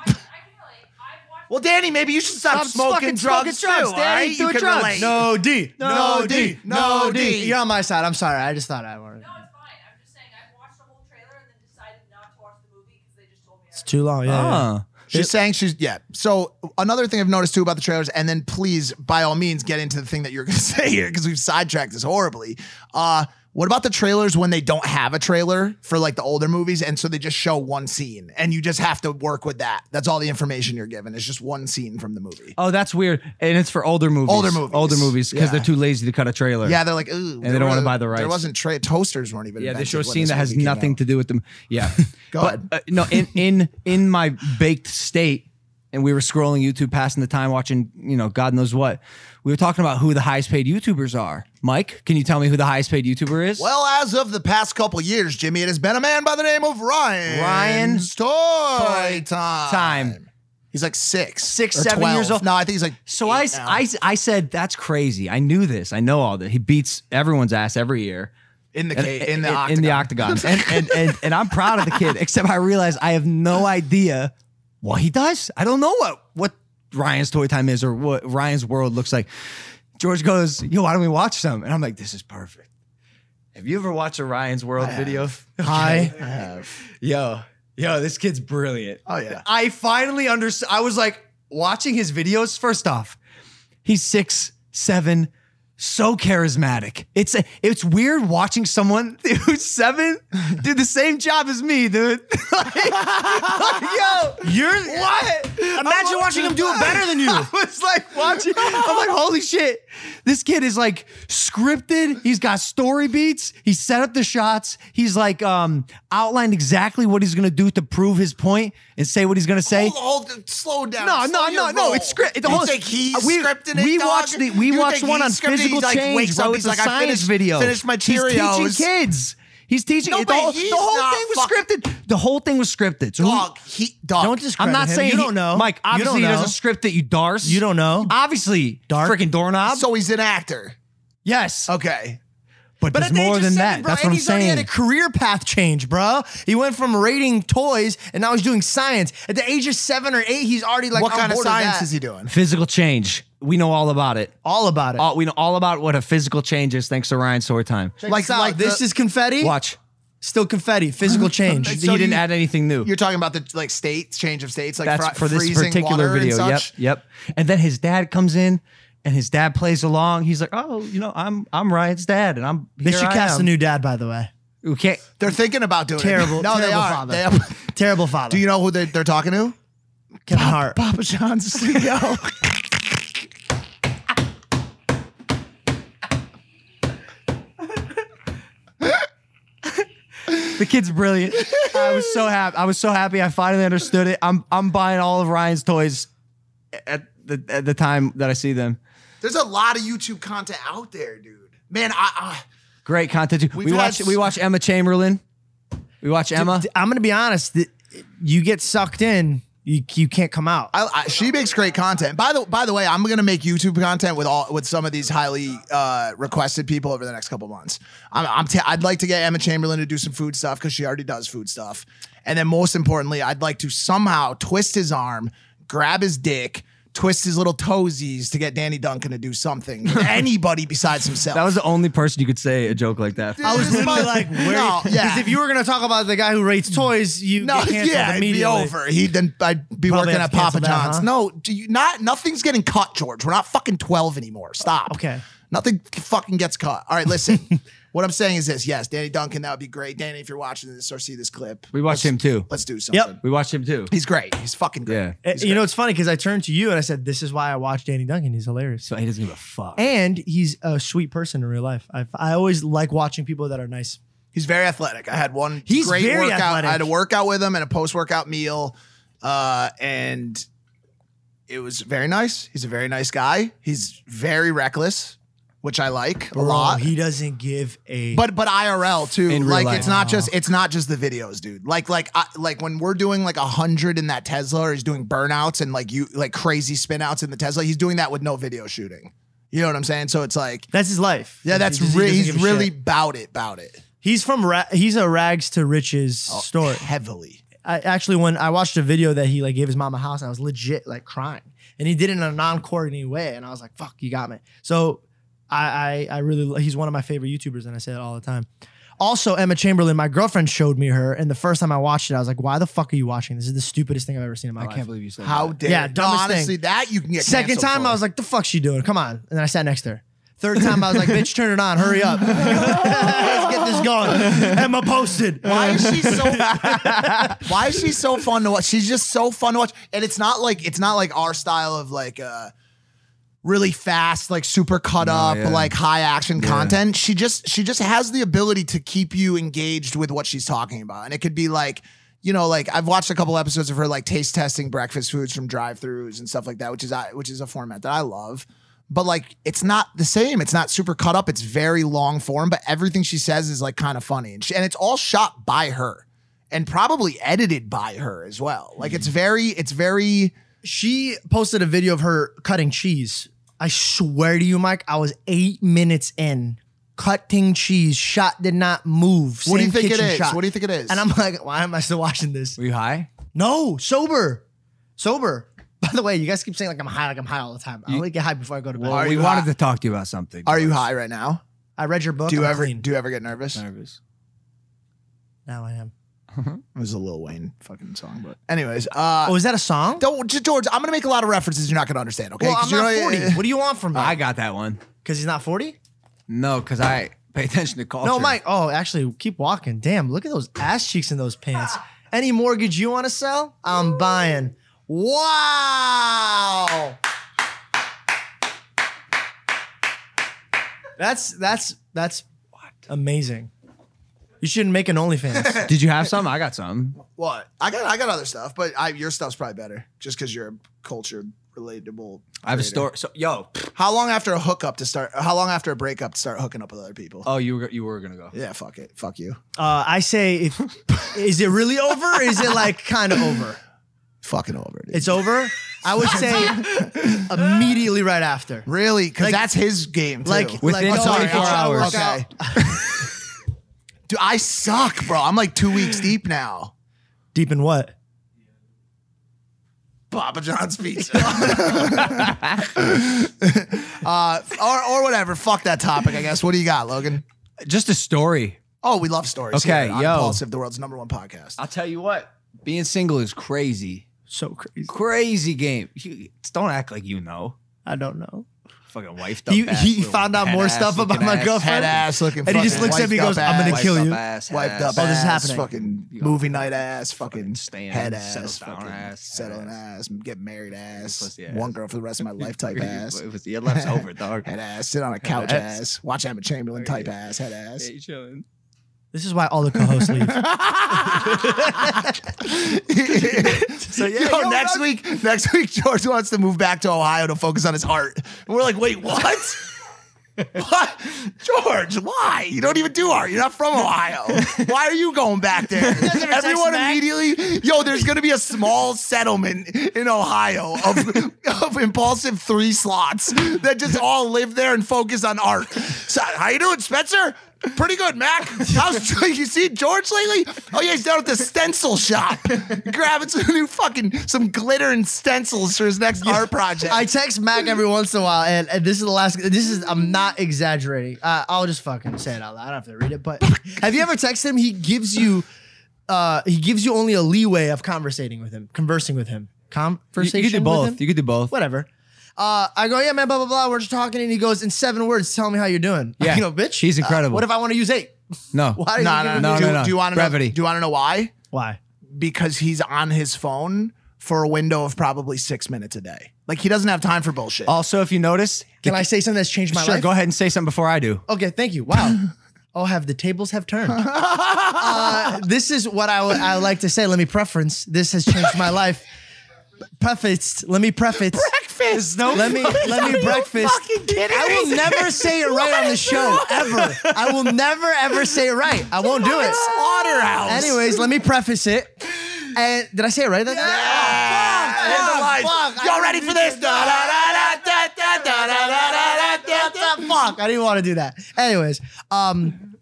Speaker 5: Well, Danny, maybe you should stop, smoking, drugs, too. all right? You can relate.
Speaker 4: No D.
Speaker 5: No D. No D.
Speaker 4: You're on my side. I'm sorry. I just thought I wanted.
Speaker 3: No, it's fine. I'm just saying I watched the whole trailer and then decided not to watch the movie because they just told me. I
Speaker 4: It's too long. Yeah. yeah.
Speaker 6: Huh.
Speaker 5: She's saying she's yeah. So another thing I've noticed too about the trailers, and then please by all means get into the thing that you're going to <laughs> say here because we've sidetracked this horribly. Uh, what about the trailers when they don't have a trailer for like the older movies, and so they just show one scene, and you just have to work with that. That's all the information you're given. It's just one scene from the movie.
Speaker 6: Oh, that's weird. And it's for older movies.
Speaker 5: Older movies.
Speaker 6: Older movies because
Speaker 5: Yeah.
Speaker 6: they're too lazy to cut a trailer.
Speaker 5: Yeah, they're like, ooh, and
Speaker 6: they don't wanna buy the rights.
Speaker 5: There wasn't tra- toasters weren't even.
Speaker 6: Yeah, they
Speaker 5: invented
Speaker 6: show a
Speaker 5: when
Speaker 6: scene
Speaker 5: this
Speaker 6: that has
Speaker 5: movie came
Speaker 6: nothing
Speaker 5: out.
Speaker 6: to do with them. Yeah.
Speaker 5: <laughs> Go
Speaker 6: But,
Speaker 5: ahead.
Speaker 6: uh, no, in in in my baked state, and we were scrolling YouTube, passing the time, watching you know God knows what. We were talking about who the highest paid YouTubers are. Mike, can you tell me who the highest paid YouTuber is?
Speaker 5: Well, as of the past couple years, Jimmy, it has been a man by the name of Ryan.
Speaker 6: Ryan
Speaker 5: Toy Time.
Speaker 6: time.
Speaker 5: He's like six,
Speaker 6: Six,
Speaker 5: or
Speaker 6: seven
Speaker 5: 12.
Speaker 6: years old.
Speaker 5: No, I think he's like.
Speaker 6: So I,
Speaker 5: eight now.
Speaker 6: I, I said that's crazy. I knew this. I know all that. He beats everyone's ass every year.
Speaker 5: in the
Speaker 6: And-
Speaker 5: cage,
Speaker 6: and-
Speaker 5: in the
Speaker 6: and-
Speaker 5: octagon.
Speaker 6: in the octagon.
Speaker 5: <laughs>
Speaker 6: and, and and and I'm proud of the kid, except I realize I have no idea what he does. I don't know what what Ryan's toy time is or what Ryan's world looks like. George goes, "Yo, why don't we watch some?" And I'm like, "This is perfect." Have you ever watched a Ryan's World video? <laughs>
Speaker 4: Hi.
Speaker 5: I have.
Speaker 6: Yo, yo, this kid's brilliant.
Speaker 5: Oh yeah.
Speaker 6: I finally understood. I was like watching his videos. First off, he's six seven, so charismatic. It's it's weird watching someone <laughs> who's seven do the same job as me, dude. <laughs> like, like, yo, you're what?
Speaker 4: Imagine watching him do it better
Speaker 6: <laughs>
Speaker 4: than you.
Speaker 6: I was like watching. I'm like, holy shit! This kid is like scripted. He's got story beats. He set up the shots. He's like um outlined exactly what he's gonna do to prove his point and say what he's gonna say.
Speaker 5: Hold, hold, slow down.
Speaker 6: No,
Speaker 5: slow
Speaker 6: no,
Speaker 5: your
Speaker 6: no, no,
Speaker 5: roll.
Speaker 6: it's script- the
Speaker 5: you
Speaker 6: whole-
Speaker 5: think he's
Speaker 6: uh, we-
Speaker 5: scripted it,
Speaker 6: we
Speaker 5: dog?
Speaker 6: watched the- we
Speaker 5: You
Speaker 6: watched
Speaker 5: think
Speaker 6: one
Speaker 5: he's
Speaker 6: on
Speaker 5: scripted it?
Speaker 6: physical
Speaker 5: He's like,
Speaker 6: change,
Speaker 5: wakes
Speaker 6: bro.
Speaker 5: up,
Speaker 6: It's
Speaker 5: he's
Speaker 6: a
Speaker 5: like, I
Speaker 6: science
Speaker 5: finished-
Speaker 6: video.
Speaker 5: Finished my Cheerios.
Speaker 6: He's teaching kids. He's teaching.
Speaker 5: No,
Speaker 6: the
Speaker 5: but
Speaker 6: whole,
Speaker 5: he's
Speaker 6: the whole
Speaker 5: not
Speaker 6: thing was
Speaker 5: fucking-
Speaker 6: scripted. The whole thing was scripted. So who-
Speaker 5: Dog, he dog.
Speaker 4: Don't just-
Speaker 6: I'm not
Speaker 4: Him.
Speaker 6: saying
Speaker 4: You
Speaker 6: he-
Speaker 4: don't know.
Speaker 6: Mike.
Speaker 4: You don't
Speaker 6: Obviously, he
Speaker 4: know.
Speaker 6: doesn't script that You darce.
Speaker 4: You don't know.
Speaker 6: Obviously,
Speaker 4: Dark.
Speaker 6: freaking doorknob.
Speaker 5: So he's an actor.
Speaker 6: yes,
Speaker 5: Okay.
Speaker 6: but,
Speaker 4: But
Speaker 6: there's
Speaker 4: at the
Speaker 6: more
Speaker 4: age of
Speaker 6: than
Speaker 4: seven,
Speaker 6: that.
Speaker 4: Bro,
Speaker 6: That's
Speaker 4: and
Speaker 6: what I'm
Speaker 4: he's already
Speaker 6: saying.
Speaker 4: had a career path change, bro. He went from rating toys and now he's doing science. At the age of seven or eight, he's already like
Speaker 5: what
Speaker 4: on
Speaker 5: kind of
Speaker 4: board with
Speaker 5: science
Speaker 4: that.
Speaker 5: is he doing?
Speaker 6: Physical change. We know all about it.
Speaker 4: All about it.
Speaker 6: All, we know all about what a physical change is, thanks to Ryan Sortime.
Speaker 4: like, like this
Speaker 5: the-
Speaker 4: is confetti.
Speaker 6: Watch.
Speaker 4: Still confetti, physical change.
Speaker 5: It's
Speaker 6: he
Speaker 5: So
Speaker 6: didn't
Speaker 5: you-
Speaker 6: add anything new.
Speaker 5: You're talking about the like states, change of states, like
Speaker 6: That's
Speaker 5: fri-
Speaker 6: for this
Speaker 5: freezing
Speaker 6: particular
Speaker 5: water
Speaker 6: video.
Speaker 5: And
Speaker 6: Yep,
Speaker 5: such.
Speaker 6: yep. And then his dad comes in, and his dad plays along. He's like, "Oh, you know, I'm I'm Riot's dad, and I'm."
Speaker 4: They should cast
Speaker 6: a
Speaker 4: a new dad, by the way.
Speaker 6: We can't.
Speaker 5: They're thinking about doing
Speaker 4: Terrible,
Speaker 5: It. No,
Speaker 4: terrible
Speaker 5: they are.
Speaker 4: father. <laughs>
Speaker 5: They are.
Speaker 4: Terrible father.
Speaker 5: Do you know who they, they're talking to?
Speaker 4: Kevin Hart?
Speaker 5: Papa John's CEO.
Speaker 6: <laughs> The kid's brilliant. I was so happy. I was so happy. I finally understood it. I'm I'm buying all of Ryan's toys at the at the time that I see them.
Speaker 5: There's a lot of YouTube content out there, dude. Man, I, I
Speaker 6: Great content. too.
Speaker 5: We've
Speaker 6: we
Speaker 5: had
Speaker 6: watch
Speaker 5: s-
Speaker 6: we watch Emma Chamberlain. We watch Emma.
Speaker 4: I'm gonna be honest. th- You get sucked in, you you can't come out.
Speaker 5: I, I, she makes great content. By the by the way, I'm gonna make YouTube content with all with some of these highly uh, requested people over the next couple months. I'm, I'm t- I'd like to get Emma Chamberlain to do some food stuff because she already does food stuff, and then most importantly, I'd like to somehow twist his arm, grab his dick, twist his little toesies to get Danny Duncan to do something. with
Speaker 4: <laughs>
Speaker 5: anybody besides himself.
Speaker 6: That was the only person you could say a joke like that.
Speaker 5: I
Speaker 4: was literally like, where?
Speaker 5: No, yeah.
Speaker 4: Because if you were gonna talk about the guy who rates toys, you
Speaker 5: No,
Speaker 4: get canceled
Speaker 5: yeah, it'd be
Speaker 4: immediately.
Speaker 5: over. He then I'd be
Speaker 4: Probably
Speaker 5: working
Speaker 4: have
Speaker 5: at
Speaker 4: to cancel
Speaker 5: Papa
Speaker 4: that,
Speaker 5: John's.
Speaker 4: huh?
Speaker 5: No, do you not? Nothing's getting cut, George. We're not fucking twelve anymore. Stop.
Speaker 4: Okay.
Speaker 5: Nothing fucking gets cut. All
Speaker 4: <laughs>
Speaker 5: right, listen. what I'm saying is this: Yes, Danny Duncan, that would be great. Danny, if you're watching this or see this clip,
Speaker 6: We watched him too.
Speaker 5: Let's do something.
Speaker 6: We watched him too.
Speaker 5: He's great. He's fucking great.
Speaker 6: Yeah.
Speaker 4: Uh, You know, it's funny because I turned to you and I said, "This is why I watch Danny Duncan. He's hilarious."
Speaker 6: So he doesn't give a fuck.
Speaker 4: and he's a sweet person in real life. I I always like watching people that are nice.
Speaker 5: He's very athletic. I had one
Speaker 4: He's
Speaker 5: great
Speaker 4: very
Speaker 5: workout.
Speaker 4: athletic.
Speaker 5: I had a workout with him and a post workout meal. Uh, and it was very nice. He's a very nice guy. He's very reckless, which I like a lot.
Speaker 4: He doesn't give a.
Speaker 5: but but IRL too.
Speaker 6: In real
Speaker 5: like
Speaker 6: life.
Speaker 5: it's not just it's not just the videos, dude. Like like I, like when we're doing like a hundred in that Tesla, or he's doing burnouts and like you like crazy spin outs in the Tesla. He's doing that with no video shooting. You know what I'm saying? So it's like
Speaker 4: that's his life.
Speaker 5: yeah,
Speaker 4: He
Speaker 5: that's
Speaker 4: just- he
Speaker 5: re-
Speaker 4: doesn't
Speaker 5: he's
Speaker 4: give a
Speaker 5: really
Speaker 4: shit.
Speaker 5: bout it, bout it
Speaker 4: He's from ra- he's a rags to riches
Speaker 5: Oh.
Speaker 4: story.
Speaker 5: heavily.
Speaker 4: I actually when I watched a video that he like gave his mom a house and I was legit like crying. And he did it in a non-coordinated way. And I was like, fuck, you got me. So I I, I really lo- he's one of my favorite YouTubers, and I say it all the time. Also, Emma Chamberlain, my girlfriend showed me her, and the first time I watched it, I was like, why the fuck are you watching? This is the stupidest thing I've ever seen in my life.
Speaker 6: believe you said
Speaker 5: How dare?
Speaker 4: Yeah,
Speaker 5: No,
Speaker 4: dumbest
Speaker 5: honestly,
Speaker 4: thing.
Speaker 5: that you can get.
Speaker 4: Second
Speaker 5: canceled
Speaker 4: time
Speaker 5: for.
Speaker 4: I was like, the fuck's she doing? Come on. And then I sat next to her. Third time I was like, bitch, turn it on, hurry up. <laughs> Let's get this going. Emma posted.
Speaker 5: Why is she
Speaker 4: <laughs>
Speaker 5: so? <laughs> why is she so fun to watch? She's just so fun to watch, and it's not like it's not like our style of like uh really fast, like super cut up,
Speaker 6: yeah.
Speaker 5: like high action content. She just she just has the ability to keep you engaged with what she's talking about, and it could be like. You know, like I've watched a couple episodes of her like taste testing breakfast foods from drive-throughs and stuff like that, which is I which is a format that I love. But like, it's not the same. It's not super cut up. It's very long form, but everything she says is like kind of funny, and, she, and it's all shot by her and probably edited by her as well. Like, it's very, it's very.
Speaker 4: She posted a video of her cutting cheese. I swear to you, Mike, I was eight minutes in cutting cheese. Shot did not move.
Speaker 5: What do you
Speaker 4: Same
Speaker 5: think it
Speaker 4: kitchen
Speaker 5: is?
Speaker 4: shot.
Speaker 5: What do you think it is?
Speaker 4: And I'm <laughs> like, why am I still watching this?
Speaker 6: Were you high?
Speaker 4: No, sober. Sober. By the way, you guys keep saying like I'm high, like I'm high all the time. I only get high before I go to bed.
Speaker 5: Are
Speaker 6: we
Speaker 5: you
Speaker 6: wanted
Speaker 5: high?
Speaker 6: to talk to you about something.
Speaker 5: Are you high right now?
Speaker 4: I read your book.
Speaker 5: Do you
Speaker 4: I'm
Speaker 5: ever
Speaker 4: clean.
Speaker 5: do you ever get nervous? It
Speaker 6: nervous?
Speaker 4: now I am.
Speaker 5: was a Lil Wayne fucking song, but anyways, uh,
Speaker 4: Oh, is that a song?
Speaker 5: don't G- George. I'm gonna make a lot of references you're not gonna understand. Okay,
Speaker 4: Well, Oh, I'm
Speaker 5: 'Cause you're
Speaker 4: not
Speaker 5: not-
Speaker 4: 40. What do you want from me?
Speaker 6: I got that one.
Speaker 4: Because he's not 40?
Speaker 6: No, because I pay attention to culture.
Speaker 4: No, Mike. Oh, actually, keep walking. Damn, look at those ass cheeks in those pants. Any mortgage you want to sell, I'm buying. Wow. That's that's that's amazing. You shouldn't make an
Speaker 6: <laughs>
Speaker 4: OnlyFans.
Speaker 6: Did you have some? I got some.
Speaker 5: <laughs> What I got, I got other stuff, but I, your stuff's probably better just because you're a cultured, relatable.
Speaker 6: I have a
Speaker 5: creator.
Speaker 6: story. So, yo. pfft.
Speaker 5: How long after a hookup to start? How long after a breakup to start hooking up with other people?
Speaker 6: Oh, you were you were gonna go.
Speaker 5: yeah, fuck it, fuck you,
Speaker 4: Uh, I say, if, is it really over? Or is it like kind of over?
Speaker 5: fucking over. Dude.
Speaker 4: It's over. I would say immediately right after.
Speaker 5: really because
Speaker 4: like-
Speaker 5: that's his game. Too.
Speaker 4: Like
Speaker 6: Within
Speaker 4: like,
Speaker 5: Oh, sorry,
Speaker 6: 24
Speaker 5: I'll try to
Speaker 6: hours.
Speaker 5: work out. <laughs> Dude, I suck, bro. I'm like two weeks deep now.
Speaker 4: Deep in what?
Speaker 5: Papa John's pizza. <laughs> uh, or, or whatever. Fuck that topic, I guess. What do you got, Logan?
Speaker 6: Just a story.
Speaker 5: Oh, we love stories.
Speaker 6: Okay,
Speaker 5: here on
Speaker 6: yo.
Speaker 5: Impulsive, the world's number one podcast.
Speaker 6: I'll tell you what, being single is crazy.
Speaker 4: So crazy.
Speaker 6: Crazy game. You, don't act like you know.
Speaker 4: I don't know.
Speaker 6: Fucking wifed up.
Speaker 4: He,
Speaker 6: ass,
Speaker 4: he
Speaker 6: little
Speaker 4: found out
Speaker 6: head
Speaker 4: more
Speaker 6: ass
Speaker 4: stuff
Speaker 6: looking
Speaker 4: about my
Speaker 6: ass.
Speaker 4: girlfriend.
Speaker 5: Head ass looking.
Speaker 4: And he just
Speaker 5: fucking
Speaker 4: looks at me and
Speaker 5: wiped
Speaker 4: goes,
Speaker 5: up
Speaker 4: "I'm gonna
Speaker 5: ass,
Speaker 4: kill
Speaker 6: Wiped
Speaker 4: you."
Speaker 6: up ass, head
Speaker 5: Wiped up.
Speaker 6: ass.
Speaker 4: Oh, this is
Speaker 5: ass,
Speaker 6: <laughs>
Speaker 4: happening.
Speaker 5: Fucking
Speaker 6: You know,
Speaker 5: movie night ass. Fucking
Speaker 6: stand,
Speaker 5: head
Speaker 6: settle
Speaker 5: ass.
Speaker 6: down
Speaker 5: Fucking
Speaker 6: ass,
Speaker 5: settling
Speaker 6: head
Speaker 5: ass. Get married ass.
Speaker 6: Pussy ass.
Speaker 5: One girl for the rest of my life <laughs> type ass.
Speaker 6: It was your left
Speaker 4: <laughs>
Speaker 6: over, dog.
Speaker 5: Head ass. Sit on a couch
Speaker 6: ass.
Speaker 5: ass. Watch Emma Chamberlain type ass. Head ass.
Speaker 6: you chilling.
Speaker 4: This is why all the co-hosts leave.
Speaker 5: <laughs> so yeah, <laughs> yo, next week, next week, George wants to move back to Ohio to focus on his heart. And we're like, wait, <laughs> what? what? George, why? You don't even do art. You're not from <laughs> Ohio. Why are you going back there? Everyone immediately, yo, there's going to be a small settlement in Ohio <laughs> of, of impulsive three slots that just all live there and focus on art. So, how you doing, Spencer? Pretty good, Mac. How's <laughs> you see George lately? Oh yeah, he's down at the stencil shop, grabbing some new fucking some glitter and stencils for his next art project.
Speaker 4: I text Mac every once in a while, and, and this is the last. This is I'm not exaggerating. Uh, I'll just fucking say it out loud. I don't have to read it. But have you ever texted him? He gives you, uh, he gives you only a leeway of conversating with him, conversing with him, conversation.
Speaker 6: You could do
Speaker 4: with
Speaker 6: both.
Speaker 4: him?
Speaker 6: You could do both.
Speaker 4: whatever. Uh, I go, yeah, man, blah blah blah. We're just talking, and he goes in seven words, tell me how you're doing.
Speaker 6: Yeah.
Speaker 4: you know, bitch,
Speaker 6: He's
Speaker 4: uh,
Speaker 6: incredible.
Speaker 4: what if I want to use eight?
Speaker 6: No.
Speaker 4: Why?
Speaker 5: No,
Speaker 4: you
Speaker 5: no,
Speaker 4: give
Speaker 5: no,
Speaker 4: me-
Speaker 5: do,
Speaker 6: no, no.
Speaker 5: Do you want to
Speaker 6: Brevity.
Speaker 5: know? Do you want to know why?
Speaker 4: Why?
Speaker 5: Because he's on his phone for a window of probably six minutes a day. Like he doesn't have time for bullshit.
Speaker 6: Also, if you notice,
Speaker 4: Can I say something that's changed my
Speaker 6: sure,
Speaker 4: life?
Speaker 6: go ahead and say something before I do.
Speaker 4: Okay, thank you.
Speaker 6: <laughs>
Speaker 4: Wow. oh, have the tables have turned. uh, this is what I would I would like to say. Let me preference. This has changed my life. Prefaced. Let me preface.
Speaker 5: breakfast.
Speaker 4: let me let me breakfast. I will never say it right on the show ever. I will never ever say it right. I won't
Speaker 6: <laughs>
Speaker 4: do it.
Speaker 5: Slaughterhouse.
Speaker 4: Anyways, let me preface it. And did I say it right? That
Speaker 5: Ah, there's the lines. Y'all ready for this? Da, da, da, da, da, da, da, da, da, da, da, da, fuck.
Speaker 4: Fuck, I didn't want to do that. Anyways, um,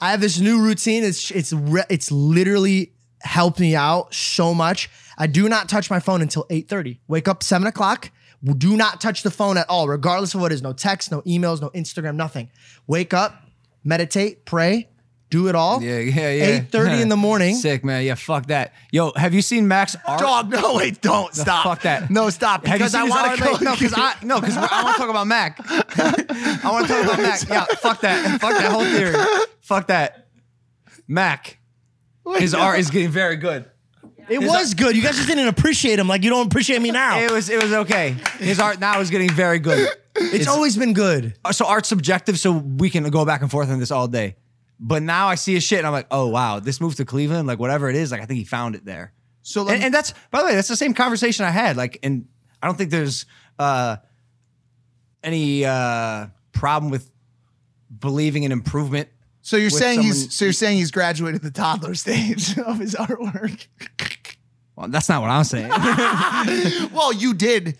Speaker 4: I have this new routine. It's it's re- it's literally helped me out so much. I do not touch my phone until eight thirty. Wake up seven o'clock. Do not touch the phone at all, regardless of what it is. No text, no emails, no Instagram, nothing. Wake up, meditate, pray, do it all.
Speaker 6: Yeah, yeah, yeah.
Speaker 4: Eight thirty in the morning.
Speaker 6: <laughs> Sick, man. Yeah, fuck that. Yo, have you seen Max art?
Speaker 5: Dog, no, wait, don't stop.
Speaker 6: fuck that.
Speaker 5: No, stop.
Speaker 6: Have you
Speaker 5: Because
Speaker 6: seen
Speaker 5: I
Speaker 6: his
Speaker 5: want
Speaker 6: art
Speaker 5: to go.
Speaker 6: lately? No, because I no, because I want to talk about Mac. <laughs> I want to talk about Mac. Yeah, fuck that. Fuck that whole theory. Fuck that. Mac, his art is getting very good.
Speaker 4: It was good. You guys just didn't appreciate him like you don't appreciate me now.
Speaker 6: It was it was okay. His art now is getting very good. Uh,
Speaker 4: it's always been good.
Speaker 6: So art's subjective, so we can go back and forth on this all day. But now I see his shit and I'm like, oh wow, this move to Cleveland, like whatever it is, like I think he found it there.
Speaker 5: So let
Speaker 6: and, and that's by the way, that's the same conversation I had. Like, and I don't think there's uh, any uh, problem with believing in improvement.
Speaker 5: So you're
Speaker 6: with
Speaker 5: saying
Speaker 6: someone-
Speaker 5: he's so you're saying he's graduated the toddler <laughs> stage of his artwork.
Speaker 6: Well, that's not what
Speaker 5: <laughs>
Speaker 6: I'm saying.
Speaker 5: well, you did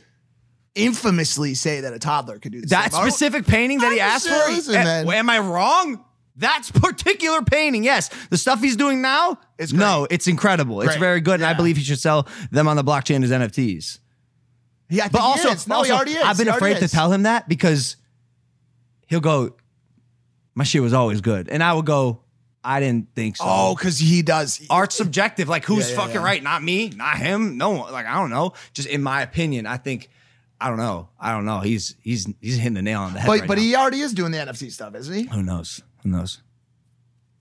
Speaker 5: infamously say that a toddler could do this.
Speaker 6: that specific painting that he
Speaker 5: I'm
Speaker 6: asked
Speaker 5: just
Speaker 6: for.
Speaker 5: saying,
Speaker 6: eh,
Speaker 5: man.
Speaker 6: am I wrong? That's particular painting. Yes, the stuff he's doing now.
Speaker 5: It's
Speaker 6: no, it's incredible. It's
Speaker 5: Great.
Speaker 6: very good, and I believe he should sell them on the blockchain as NFTs.
Speaker 5: Yeah, I think
Speaker 6: But
Speaker 5: he
Speaker 6: also,
Speaker 5: is. no,
Speaker 6: also,
Speaker 5: he already is.
Speaker 6: I've been
Speaker 5: He already
Speaker 6: afraid to
Speaker 5: is.
Speaker 6: tell him that because he'll go, "My shit was always good," and I would go, "I didn't think so."
Speaker 5: Oh, because he does.
Speaker 6: Art's subjective. Like, who's
Speaker 5: Yeah, yeah,
Speaker 6: fucking
Speaker 5: yeah.
Speaker 6: right? Not me, not him. No one. Like, I don't know. Just in my opinion, I think, I don't know. I don't know. He's he's he's hitting the nail on the head.
Speaker 5: But
Speaker 6: right
Speaker 5: but
Speaker 6: now.
Speaker 5: he already is doing the NFC stuff, isn't he?
Speaker 6: who knows? Who knows?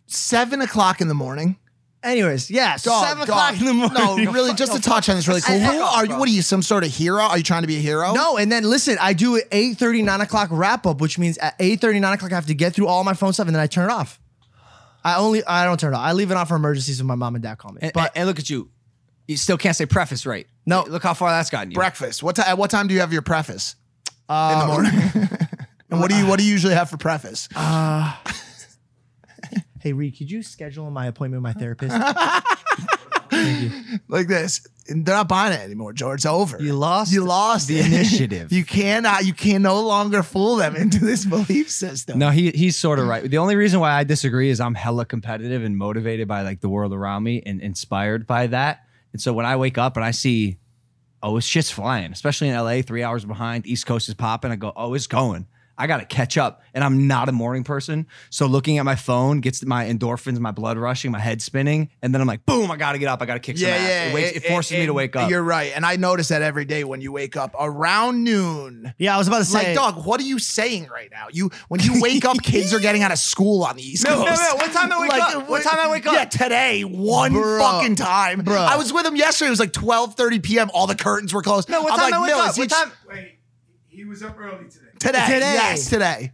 Speaker 5: Seven o'clock in the morning.
Speaker 4: Anyways, yeah,
Speaker 5: Dog,
Speaker 4: seven
Speaker 5: dog.
Speaker 4: o'clock in the morning.
Speaker 5: No, really, just to touch on this
Speaker 6: <laughs>
Speaker 5: really quick.
Speaker 4: fuck
Speaker 5: Who
Speaker 4: off,
Speaker 5: are you?
Speaker 4: bro.
Speaker 5: What are you? Some sort of hero? Are you trying to be a hero?
Speaker 4: No, and then listen, I do an 8 9 o'clock wrap up, which means at 8 9 o'clock, I have to get through all my phone stuff and then I turn it off. I only, I don't turn it off. I leave it on for emergencies when my mom and dad call me.
Speaker 6: And,
Speaker 4: but
Speaker 6: and look at you. You still can't say preface right.
Speaker 4: No.
Speaker 6: look how far that's gotten you.
Speaker 5: Breakfast. What ti- at what time do you have your preface? in the morning. <laughs> and what do you what do you usually have for preface?
Speaker 4: Uh, <laughs> hey, Reed, could you schedule my appointment with my
Speaker 5: <laughs>
Speaker 4: therapist?
Speaker 5: like this. And they're not buying it anymore, George. It's over.
Speaker 6: You lost
Speaker 5: You lost
Speaker 6: the
Speaker 5: it. <laughs>
Speaker 6: initiative.
Speaker 5: you cannot. You can no longer fool them into this belief system.
Speaker 6: No, he he's sort of right. The only reason why I disagree is I'm hella competitive and motivated by like the world around me and inspired by that. And so when I wake up and I see, oh, it's shit's flying, especially in LA, three hours behind, East Coast is popping. I go, oh, it's going. I got to catch up. And I'm not a morning person. So looking at my phone gets my endorphins, my blood rushing, my head spinning. And then I'm like, boom, I got to get up. I got to kick some ass. It, wakes, it, forces me to wake up.
Speaker 5: You're right, and I notice that every day when you wake up around noon.
Speaker 4: Yeah, I was about to
Speaker 5: It's
Speaker 4: say.
Speaker 5: like, dog, what are you saying right now? You when you wake up, kids are getting out of school on the East
Speaker 6: No, no,
Speaker 5: Coast.
Speaker 6: no. What time I wake up? What time I wake up?
Speaker 5: Yeah, today, one
Speaker 6: Bruh.
Speaker 5: fucking time.
Speaker 6: Bruh.
Speaker 5: I was with him yesterday. It was like 12:30 p.m. All the curtains were closed.
Speaker 6: No, what
Speaker 5: I'm
Speaker 6: time
Speaker 5: like,
Speaker 6: I wake
Speaker 5: Mill,
Speaker 6: up?
Speaker 5: is he
Speaker 6: What
Speaker 5: ch-
Speaker 6: time?
Speaker 7: He was up early today.
Speaker 5: Today.
Speaker 4: Today.
Speaker 5: Yes, today.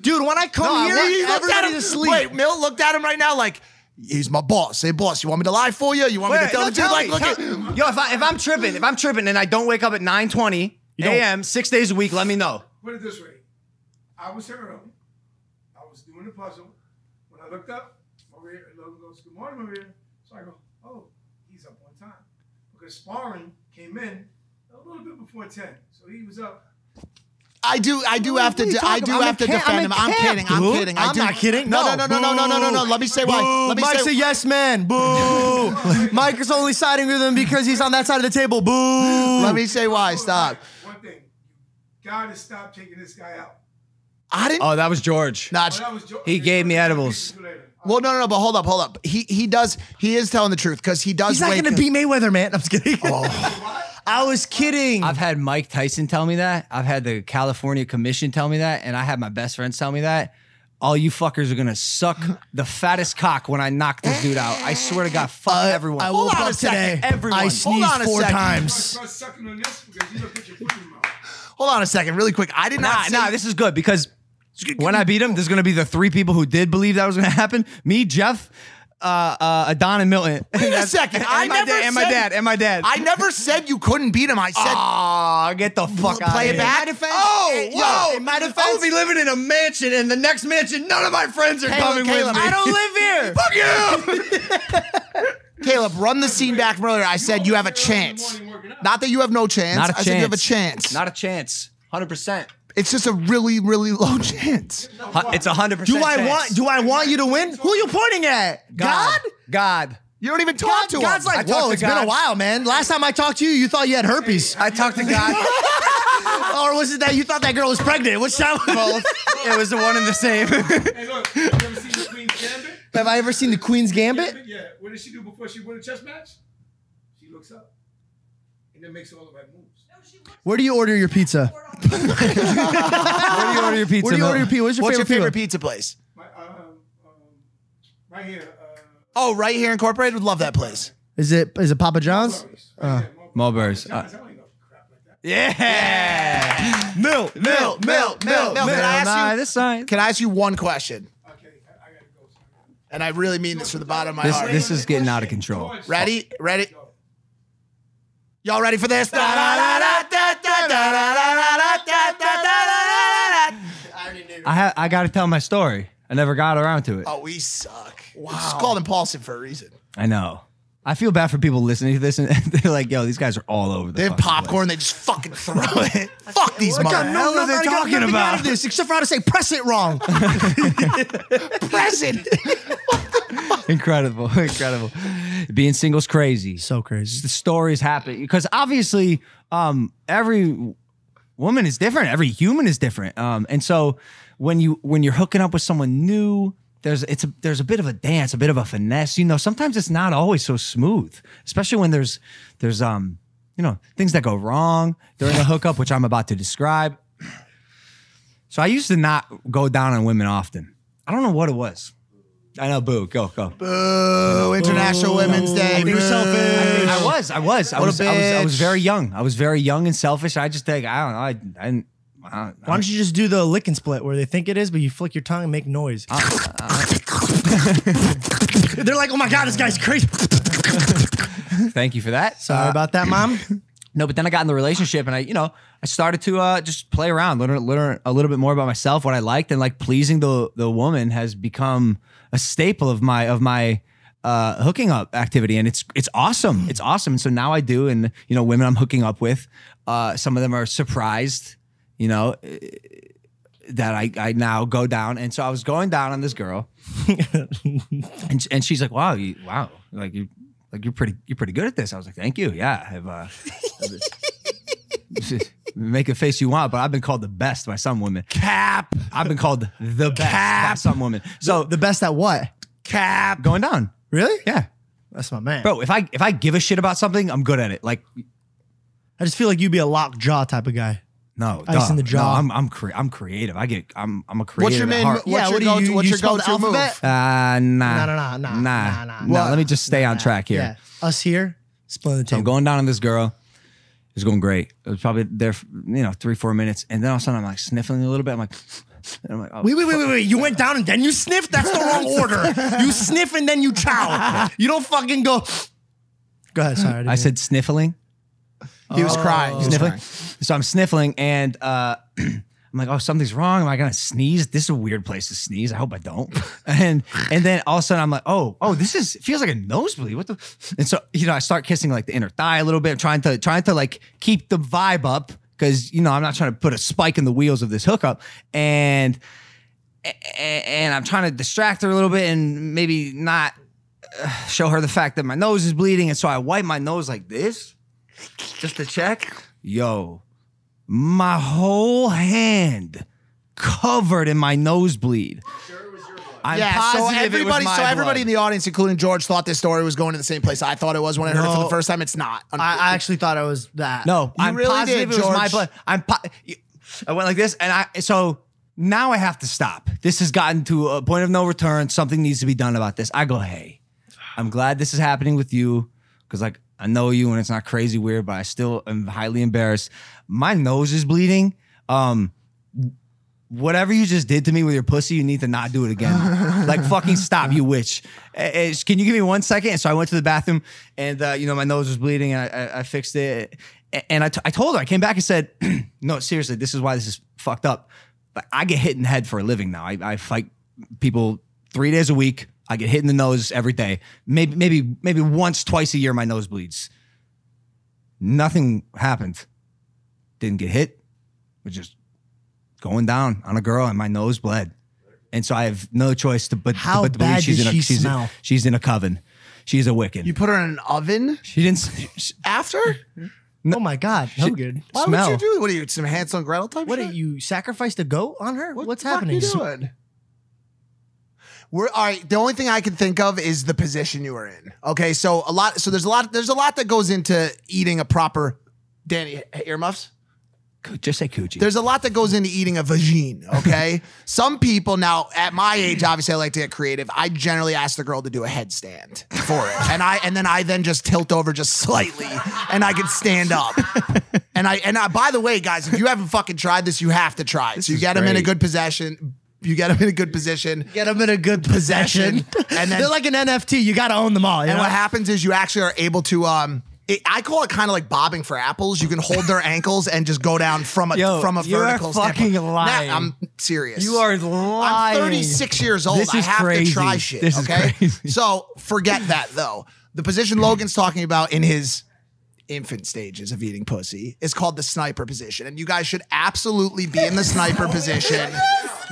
Speaker 4: dude, when I come
Speaker 5: No, I
Speaker 4: here,
Speaker 5: want
Speaker 4: everybody to sleep.
Speaker 5: Wait, Mill looked at him right now like, he's my boss. Hey, boss, you want me to lie for you? You want me to
Speaker 6: Wait,
Speaker 5: tell
Speaker 6: no,
Speaker 5: the truth?
Speaker 6: tell
Speaker 5: Like,
Speaker 6: me,
Speaker 5: look
Speaker 6: tell-
Speaker 5: at
Speaker 6: Yo, if, I, if I'm tripping, if I'm tripping and I don't wake up at 9:20 a.m. six days a week, let me know.
Speaker 7: Put it this way. I was here early. I was doing the puzzle. When I looked up, Maria Logan goes, Good morning, Maria. So I go, Oh, he's up on time. Because sparring came in a little bit before 10. So he was up.
Speaker 5: I do, I do
Speaker 6: What
Speaker 5: have to,
Speaker 6: are you
Speaker 5: de- I
Speaker 6: talking
Speaker 5: do
Speaker 6: about? I'm
Speaker 5: have to
Speaker 6: in camp-
Speaker 5: defend
Speaker 6: I'm
Speaker 5: him.
Speaker 6: in
Speaker 5: I'm
Speaker 6: camp,
Speaker 5: kidding. I'm
Speaker 6: dude.
Speaker 5: kidding. I
Speaker 6: I'm
Speaker 5: do.
Speaker 6: not kidding.
Speaker 5: No, no,
Speaker 6: No,
Speaker 5: no, no, no, no, no, no, no. Let me say why. Let me
Speaker 4: Mike's
Speaker 5: say.
Speaker 4: a yes man. Boo. Mike is only siding with him because he's on that side of the table. Boo.
Speaker 5: <laughs> Let me say why.
Speaker 7: Oh,
Speaker 5: Stop.
Speaker 7: One thing. You gotta stop taking this guy out.
Speaker 5: I didn't.
Speaker 6: Oh, that was George.
Speaker 5: Not.
Speaker 7: That was jo-
Speaker 6: He gave me edibles.
Speaker 5: Well, no, no, no. But hold up, hold up. He he does. He is telling the truth because he does.
Speaker 4: He's not
Speaker 5: wake
Speaker 4: going to beat
Speaker 5: up-
Speaker 4: Mayweather, man. I'm just kidding.
Speaker 5: Oh.
Speaker 4: <laughs> I was kidding.
Speaker 6: I've had Mike Tyson tell me that. I've had the California Commission tell me that, and I had my best friends tell me that. All you fuckers are gonna suck the fattest cock when I knock this dude out. I swear to God, fuck everyone.
Speaker 4: Uh, I
Speaker 5: Hold
Speaker 4: woke
Speaker 5: on
Speaker 4: up
Speaker 5: a second.
Speaker 4: today.
Speaker 6: Everyone.
Speaker 4: I
Speaker 6: Hold
Speaker 4: sneezed
Speaker 5: on a
Speaker 4: four
Speaker 5: second.
Speaker 4: times.
Speaker 7: Start sucking on this because you're gonna put your foot in your mouth.
Speaker 5: Hold on a second, really quick. I did
Speaker 6: Nah,
Speaker 5: not.
Speaker 6: Ah, nah,
Speaker 5: say-
Speaker 6: this is good because when I beat him, there's gonna be the three people who did believe that was gonna happen: me, Jeff, uh, uh, Adon, and Milton.
Speaker 5: Wait a
Speaker 6: <laughs> That's-
Speaker 5: second.
Speaker 6: and
Speaker 5: I
Speaker 6: my
Speaker 5: never
Speaker 6: dad, and my
Speaker 5: said-
Speaker 6: dad and my dad.
Speaker 5: I never said you couldn't beat him. I said
Speaker 6: Ah, get the fuck out.
Speaker 5: play
Speaker 6: of
Speaker 5: it
Speaker 6: here.
Speaker 5: back.
Speaker 4: my defense-
Speaker 6: Oh,
Speaker 4: Hey, yo,
Speaker 6: whoa!
Speaker 4: in my
Speaker 6: I
Speaker 4: defense-
Speaker 6: will be living in a mansion, and the next mansion, none of my friends are
Speaker 5: Caleb,
Speaker 6: coming
Speaker 5: Caleb,
Speaker 6: with me.
Speaker 5: I don't
Speaker 6: live <laughs> here. Fuck you!
Speaker 5: <laughs> Caleb, run the scene back from earlier. I said you have a chance. Not that you have no chance.
Speaker 6: Not a
Speaker 5: I said you have a
Speaker 6: chance.
Speaker 5: chance.
Speaker 6: Not a chance. Hundred percent.
Speaker 5: it's just a really, really low <laughs> chance.
Speaker 6: It's hundred percent.
Speaker 4: Do I want? Do I want you to win? Who are you pointing at?
Speaker 6: God? God.
Speaker 5: You don't even talk to him.
Speaker 4: God's
Speaker 6: I
Speaker 4: like,
Speaker 6: talked
Speaker 4: whoa,
Speaker 6: to
Speaker 4: it's been
Speaker 6: God.
Speaker 4: a while, man. Last time I talked to you, you thought you had herpes.
Speaker 6: I talked to God.
Speaker 4: <laughs> or was it that you thought that girl was pregnant? What's that?
Speaker 6: Both. It was the one and the <laughs> same.
Speaker 7: Hey, look, you ever seen the Queen's Gambit?
Speaker 4: Have I ever seen the Queen's Gambit?
Speaker 7: Yeah. What does she do before she win a chess match? She looks up and then makes all the right moves.
Speaker 4: Where do you order your pizza?
Speaker 6: Where do you order your pizza?
Speaker 4: Where do you
Speaker 6: Mil?
Speaker 4: order your pizza? What's your
Speaker 5: What's
Speaker 4: favorite,
Speaker 5: your favorite
Speaker 4: pizza?
Speaker 5: pizza place?
Speaker 7: My, um, um, right here. Uh,
Speaker 5: Oh, right here, Incorporated. Would love that place.
Speaker 4: Is it is it Papa John's?
Speaker 7: right here, Marlboro.
Speaker 6: Mulberries. Uh,
Speaker 7: Guys, I don't even know crap like that.
Speaker 6: Yeah. Milk. Milk. Milk. Milk.
Speaker 5: Milk. Can I ask
Speaker 6: Nah,
Speaker 5: you-
Speaker 6: This sign.
Speaker 5: Can I ask you one question?
Speaker 7: Okay, I, I gotta go. so I gotta-
Speaker 5: And I really mean this from the bottom of my
Speaker 6: This,
Speaker 5: heart.
Speaker 6: this is getting out of control.
Speaker 7: George,
Speaker 5: ready? Ready? Y'all ready for this? Oh,
Speaker 6: I ha- I got to tell my story. I never got around to it.
Speaker 5: Oh, we suck. Wow. It's called impulsive for a reason.
Speaker 6: I know. I feel bad for people listening to this, and <laughs> they're like, "Yo, these guys are all over the."
Speaker 5: They have
Speaker 6: fucking place.
Speaker 5: popcorn. They just fucking throw it. Fuck these
Speaker 4: I got
Speaker 5: motherfuckers.
Speaker 6: hell
Speaker 4: no,
Speaker 6: are they
Speaker 4: nothing- I got
Speaker 6: talking
Speaker 4: nothing
Speaker 6: about?
Speaker 4: Out of this, except for how to say press it wrong.
Speaker 5: Present.
Speaker 6: <laughs> Incredible, incredible. Being single's crazy.
Speaker 4: so crazy.
Speaker 6: the stories happen because obviously um every woman is different every human is different um and so when you when you're hooking up with someone new there's it's a, there's a bit of a dance a bit of a finesse you know sometimes it's not always so smooth especially when there's there's um you know things that go wrong during a hookup which I'm about to describe so I used to not go down on women often I don't know what it was I know boo go go
Speaker 5: Boo.
Speaker 8: Oh,
Speaker 5: International Women's Day.
Speaker 4: Think selfish.
Speaker 6: I was, I was, I
Speaker 5: What a
Speaker 6: was, I was, I was
Speaker 5: bitch.
Speaker 6: very young. I was very young and selfish. I just like, I don't know, I, I didn't. I don't-
Speaker 4: Why don't you just do the lick and split where they think it is, but you flick your tongue and make noise? They're like, oh my god, this guy's crazy.
Speaker 6: thank you for that. Uh,
Speaker 4: Sorry about that, mom.
Speaker 6: <clears throat>
Speaker 4: <clears throat>
Speaker 6: No, but then I got in the relationship, and I, you know, I started to uh, just play around, learn, learn a little bit more about myself, what I liked, and like pleasing the the woman has become a staple of my of my uh, hooking up activity, and it's it's awesome, it's awesome. And so now I do, and you know, women I'm hooking up with, uh, some of them are surprised, you know, eh, that I I now go down, and so I was going down on
Speaker 4: <laughs>
Speaker 6: this girl, and and she's like, wow, you, wow, like you.
Speaker 5: <laughs>
Speaker 6: Like you're pretty, you're pretty good at this. I was like, thank you. Yeah, I've, uh, <laughs> Make a face you want, but I've been called the best by some women.
Speaker 5: Cap.
Speaker 6: I've been called the best by
Speaker 5: Cap.
Speaker 6: some women. So
Speaker 8: The best at what?
Speaker 6: cap going down.
Speaker 8: Really?
Speaker 6: Yeah.
Speaker 8: That's my man.
Speaker 6: Bro, if I if I give a shit about something, I'm good at it. Like
Speaker 8: I just feel like you'd be a locked jaw type of guy.
Speaker 6: no,
Speaker 8: Ice
Speaker 6: duh.
Speaker 8: in the jaw.
Speaker 6: No, I'm I'm cre- I'm creative. I get I'm I'm a creative.
Speaker 5: What's your
Speaker 6: at
Speaker 5: main?
Speaker 6: heart.
Speaker 5: What's
Speaker 8: Yeah,
Speaker 5: your
Speaker 8: what do
Speaker 5: go?
Speaker 8: you-
Speaker 5: what's
Speaker 8: you
Speaker 5: your
Speaker 8: spell the
Speaker 5: go-to move?
Speaker 8: alphabet?
Speaker 6: Uh, nah.
Speaker 8: No, no, no, nah, nah, nah.
Speaker 6: No,
Speaker 8: Well,
Speaker 6: let me just stay on
Speaker 8: Nah,
Speaker 6: track here.
Speaker 8: Yeah. Us here, splitting the
Speaker 6: So I'm
Speaker 8: table.
Speaker 6: going down on this girl. It's going great. It was probably there, for, you know, three, four minutes. And then all of a sudden I'm like sniffling a little bit. I'm like, <sniffs> and I'm like, oh,
Speaker 8: Wait, wait, wait, wait, wait. You went down and then you sniffed? That's the
Speaker 5: <laughs>
Speaker 8: wrong order. You sniff and then you chow. You don't fucking go. Go ahead. Sorry. didn't
Speaker 6: I
Speaker 8: mean-
Speaker 6: said sniffling,
Speaker 5: He was crying.
Speaker 8: Oh.
Speaker 5: He was
Speaker 6: sniffling.
Speaker 5: crying.
Speaker 6: So I'm sniffling and, uh, <clears throat> I'm like, oh, something's wrong. Am I gonna sneeze? This is a weird place to sneeze. I hope I don't. <laughs> And and then all of a sudden I'm like, oh, oh, this is feels like a nosebleed. What the? And so you know, I start kissing like the inner thigh a little bit, trying to trying to like keep the vibe up because you know I'm not trying to put a spike in the wheels of this hookup. And a- and I'm trying to distract her a little bit and maybe not uh, show her the fact that my nose is bleeding. And so I wipe my nose like this just to check. Yo, my whole hand covered in my nosebleed. I'm
Speaker 5: Yeah, so
Speaker 6: positive it was
Speaker 5: everybody,
Speaker 6: my
Speaker 5: so everybody
Speaker 6: blood.
Speaker 5: in the audience, including George, thought this story was going to the same place I thought it was when I heard it for
Speaker 8: No.
Speaker 5: the first time. It's not.
Speaker 8: I, I actually thought it was that.
Speaker 6: No,
Speaker 5: You
Speaker 6: I'm
Speaker 5: really
Speaker 6: positive
Speaker 5: did,
Speaker 6: it was my
Speaker 5: George.
Speaker 6: blood. I'm po- I went like this, and I so now I have to stop. This has gotten to a point of no return. Something needs to be done about this. I go, hey, I'm glad this is happening with you because like I know you, and it's not crazy weird, but I still am highly embarrassed. My nose is bleeding. Um. Whatever you just did to me with your pussy, you need to not do it again. like fucking stop, you witch. Eh, eh, Can you give me one second? And so I went to the bathroom, and uh, you know my nose was bleeding, and I, I, I fixed it. A- And I, t- I told her, I came back and said, <clears throat> "No, seriously, this is why this is fucked up. Like I get hit in the head for a living now. I, I fight people three days a week. I get hit in the nose every day. Maybe maybe maybe once twice a year my nose bleeds. Nothing happened. Didn't get hit. Was just going down on a girl, and my nose bled. And so I have no choice to but
Speaker 8: How
Speaker 6: but to believe
Speaker 8: bad
Speaker 6: she's
Speaker 8: did
Speaker 6: in a
Speaker 8: she
Speaker 6: she's,
Speaker 8: smell?
Speaker 6: she's in a coven. She's a Wiccan.
Speaker 5: you put her in an oven
Speaker 6: she didn't. s- s-
Speaker 5: after.
Speaker 8: Oh my God. No good.
Speaker 5: Why
Speaker 6: Smell.
Speaker 5: would you do? What are you? Some Hansel and Gretel type?
Speaker 8: What
Speaker 5: shit?
Speaker 8: did you sacrificed a goat on her?
Speaker 5: What
Speaker 8: What's
Speaker 5: the fuck
Speaker 8: happening?
Speaker 5: You doing? We're all right. The only thing I can think of is the position you were in. Okay, so a lot. So there's a lot. There's a lot that goes into eating a proper. Danny earmuffs.
Speaker 6: coo- just say coochie.
Speaker 5: There's a lot that goes into eating a vagine,
Speaker 8: <laughs>
Speaker 5: okay? Some people now at my age, obviously I like to get creative. I generally ask the girl to do a headstand for it. And I and then I then just tilt over just slightly and I can stand up. And I and I, by the way, guys, if you haven't fucking tried this, you have to try it. so you
Speaker 6: is
Speaker 5: get them in a
Speaker 6: great.
Speaker 5: good possession. You get them in a good position.
Speaker 8: Get them in a good possession.
Speaker 5: And then-
Speaker 8: They're like an NFT. You got to own them all. You
Speaker 5: And
Speaker 8: know?
Speaker 5: what happens is you actually are able to um it, I call it kind of like bobbing for apples. You can hold their ankles and just go down from a
Speaker 6: Yo,
Speaker 5: from a
Speaker 6: you are
Speaker 5: vertical
Speaker 6: fucking
Speaker 5: standpoint. Nah,
Speaker 6: lying.
Speaker 5: I'm serious.
Speaker 6: You are lying.
Speaker 5: I'm 36 years old.
Speaker 6: This
Speaker 5: I
Speaker 6: is
Speaker 5: have
Speaker 6: crazy.
Speaker 5: to try shit.
Speaker 6: This is
Speaker 5: okay.
Speaker 6: crazy.
Speaker 5: So forget that though. The position Logan's talking about in his infant stages of eating pussy is called the sniper position, and you guys should absolutely be in the sniper position.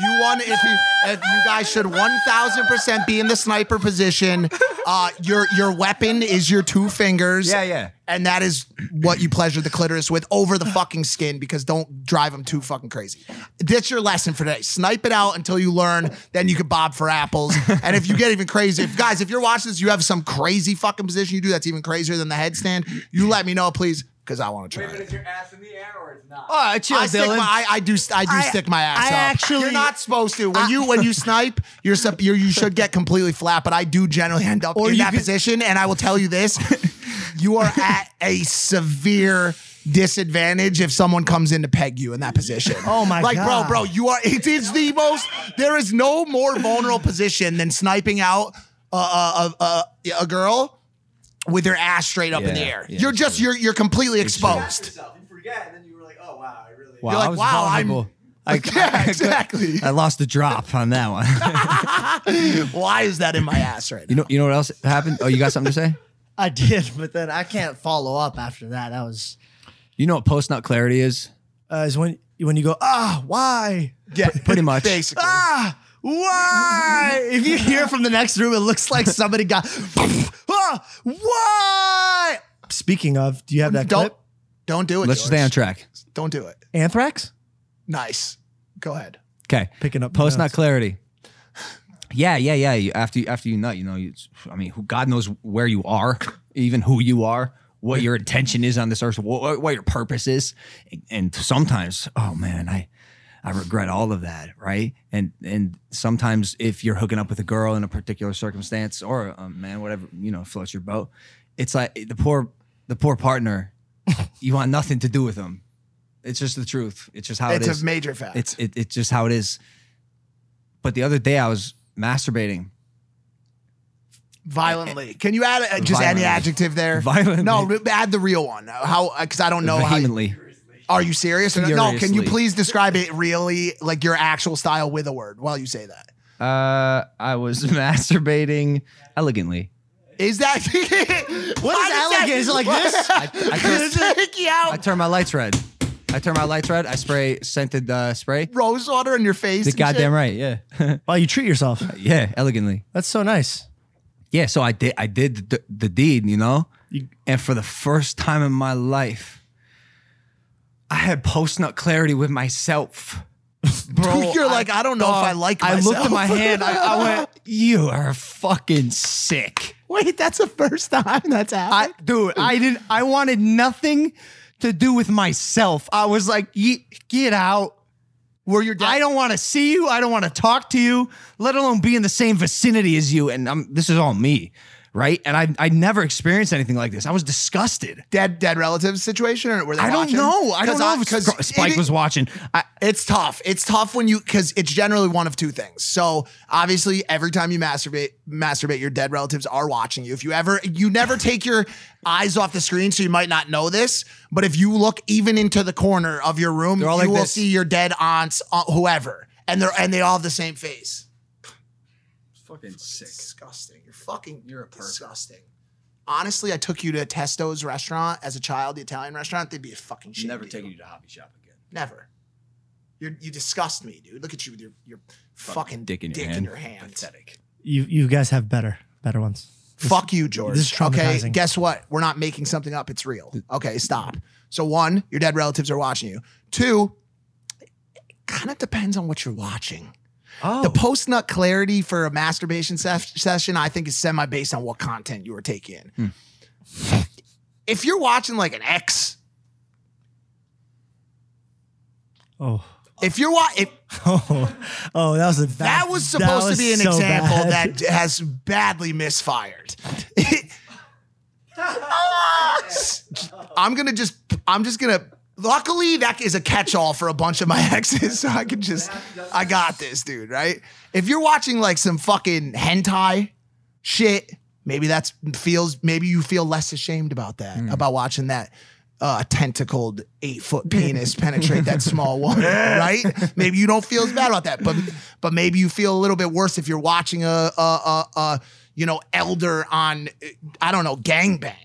Speaker 5: You won if you if you guys should one thousand percent be in the sniper position. Uh, your your weapon is your two fingers.
Speaker 6: Yeah, yeah.
Speaker 5: And that is what you pleasure the clitoris with over the fucking skin because don't drive them too fucking crazy. That's your lesson for today. Snipe it out until you learn, then you can bob for apples. And if you get even crazy, if guys, if you're watching this, you have some crazy fucking position you do that's even crazier than the headstand, you let me know, please, because I want to try it.
Speaker 10: your ass in the air or it's not?
Speaker 6: all right, chill,
Speaker 5: I stick my,
Speaker 6: Dylan.
Speaker 5: I, I do, I do
Speaker 8: I-
Speaker 5: stick my ass.
Speaker 8: I
Speaker 5: up.
Speaker 8: actually-
Speaker 5: you're not supposed to. When you when you snipe, you're, sup- you're you should get completely flat. But I do generally end up
Speaker 8: Or
Speaker 5: in
Speaker 8: you
Speaker 5: that
Speaker 8: could-
Speaker 5: position, and I will tell you this: you are at a severe disadvantage if someone comes in to peg you in that position.
Speaker 8: Oh my
Speaker 5: like,
Speaker 8: God.
Speaker 5: bro, bro, you are. It is the most. There is no more vulnerable position than sniping out a a, a, a girl. With your ass straight up in the
Speaker 6: Yeah,
Speaker 5: air,
Speaker 6: yeah,
Speaker 5: you're just you're you're completely exposed.
Speaker 10: Yourself. You forget, and then you were like, "Oh wow, I really."
Speaker 6: wow,
Speaker 5: you're like,
Speaker 6: I was
Speaker 5: wow, I'm-
Speaker 6: vulnerable. <laughs> I-
Speaker 5: <laughs> Yeah, exactly.
Speaker 6: I lost the drop on that one. <laughs>
Speaker 5: Why is that in my ass right
Speaker 6: You
Speaker 5: now?
Speaker 6: know, you know what else happened? Oh, you got something to say?
Speaker 8: I did, but then I can't follow up after that. That was
Speaker 6: You know what post nut clarity is?
Speaker 8: uh, is when when you go ah why
Speaker 5: Yeah,
Speaker 6: pretty <laughs> much.
Speaker 5: Basically.
Speaker 8: ah
Speaker 5: <laughs>
Speaker 8: why if you hear from the next room, it looks like somebody got ah why. Speaking of, do you have that
Speaker 5: Don't
Speaker 8: clip?
Speaker 5: Don't do it.
Speaker 6: Let's
Speaker 5: George.
Speaker 6: stay on track.
Speaker 5: Don't do it.
Speaker 8: Anthrax?
Speaker 5: Nice. Go ahead.
Speaker 6: Okay.
Speaker 8: Picking up
Speaker 6: post nut
Speaker 8: notes.
Speaker 6: clarity. <laughs> Yeah, yeah, yeah. You, after you, after you nut, you know, you, I mean, who God knows where you are, <laughs> even who you are, what your intention is on this earth, what, what your purpose is, and sometimes, oh man, I. I regret all of that, right? And and sometimes if you're hooking up with a girl in a particular circumstance or a man, whatever you know, floats your boat, it's like the poor the poor partner. <laughs> you want nothing to do with them. It's just the truth. It's just how it
Speaker 5: it's
Speaker 6: is
Speaker 5: a major fact.
Speaker 6: it's it, it's just how it is. But the other day I was masturbating.
Speaker 5: violently. Can you add uh, just any
Speaker 6: Violently.
Speaker 5: adjective there?
Speaker 6: Violently.
Speaker 5: No, re- add the real one. How? Because I don't know how. you-
Speaker 6: vehemently.
Speaker 5: Are you serious? No. Can you
Speaker 6: Furiously.
Speaker 5: please describe it really, like your actual style with a word while you say that?
Speaker 6: uh, I was <laughs> masturbating elegantly.
Speaker 5: Is that
Speaker 8: <laughs> What is
Speaker 5: Why does that-
Speaker 8: elegant? Is it like this?
Speaker 6: I,
Speaker 8: <laughs>
Speaker 6: I, just-
Speaker 5: Take you
Speaker 6: I
Speaker 5: out
Speaker 6: turn my lights red. I turn my lights red. I spray scented uh, spray.
Speaker 5: rose water in your face.
Speaker 6: The
Speaker 5: and shit?
Speaker 6: goddamn right, yeah, <laughs>
Speaker 8: Well, you treat yourself.
Speaker 6: yeah, elegantly.
Speaker 8: That's so nice.
Speaker 6: Yeah, so I did. I did the, the deed, you know. and for the first time in my life, I had post nut clarity with myself.
Speaker 5: <laughs>
Speaker 6: Bro, Oh,
Speaker 5: You're like, I don't know if I like
Speaker 6: I looked
Speaker 5: myself.
Speaker 6: at my hand. I, I went, "You are fucking sick."
Speaker 5: <laughs> Wait, that's the first time that's
Speaker 6: I,
Speaker 5: happened.
Speaker 6: dude, I didn't. I wanted nothing to do with myself. I was like, "Ye- "Get out."
Speaker 5: Were your dad?
Speaker 6: I don't want to see you. I don't want to talk to you, let alone be in the same vicinity as you. And I'm, this is all me, right? And I, I never experienced anything like this. I was disgusted.
Speaker 5: dead dead relatives situation or were they
Speaker 6: I don't
Speaker 5: watching?
Speaker 6: know. I don't
Speaker 5: 'Cause
Speaker 6: know if
Speaker 5: 'cause
Speaker 6: Sc- Spike
Speaker 5: it-
Speaker 6: was watching. I,
Speaker 5: It's tough. It's tough when you because it's generally one of two things. So obviously, every time you masturbate, masturbate, your dead relatives are watching you. If you ever, you never take your eyes off the screen, so you might not know this. But if you look even into the corner of your room, you
Speaker 6: all like
Speaker 5: will
Speaker 6: this.
Speaker 5: see your dead aunts, uh, whoever, and they're and they all have the same face.
Speaker 6: fucking sick.
Speaker 5: Disgusting. You're fucking.
Speaker 6: You're a pervert.
Speaker 5: disgusting. Honestly, I took you to Testo's restaurant as a child, the Italian restaurant. They'd be a fucking shit. to you.
Speaker 6: to hobby shop again.
Speaker 5: Never. You're, you disgust me, dude. Look at you with your, your fucking dick in your hand.
Speaker 6: Pathetic.
Speaker 8: You you guys have better better ones.
Speaker 5: Fuck you, George.
Speaker 8: this is
Speaker 5: okay,
Speaker 8: traumatizing.
Speaker 5: guess what? We're not making something up. It's real. Okay, stop. So one, your dead relatives are watching you. Two, it kind of depends on what you're watching.
Speaker 6: Oh,
Speaker 5: The post nut clarity for a masturbation sef- session, I think, is semi based on what content you were taking. in. Hmm. If you're watching like an X,
Speaker 8: Oh.
Speaker 5: if you're watching,
Speaker 8: <laughs> Oh, oh, that was a
Speaker 5: That was supposed
Speaker 8: was
Speaker 5: to be an
Speaker 8: so
Speaker 5: example
Speaker 8: bad.
Speaker 5: that has badly
Speaker 8: <laughs>
Speaker 5: misfired. I'm gonna just I'm just gonna luckily that is a catch-all for a bunch of my <laughs> exes, so I could just I got this, dude, right? If you're watching like some fucking hentai shit, maybe that's feels maybe you feel less ashamed about that, about watching that uh, tentacled eight foot penis penetrate that small woman, right? Maybe you don't feel as bad about that, but but maybe you feel a little bit worse if you're watching a a a, a you know elder on I don't know gangbang.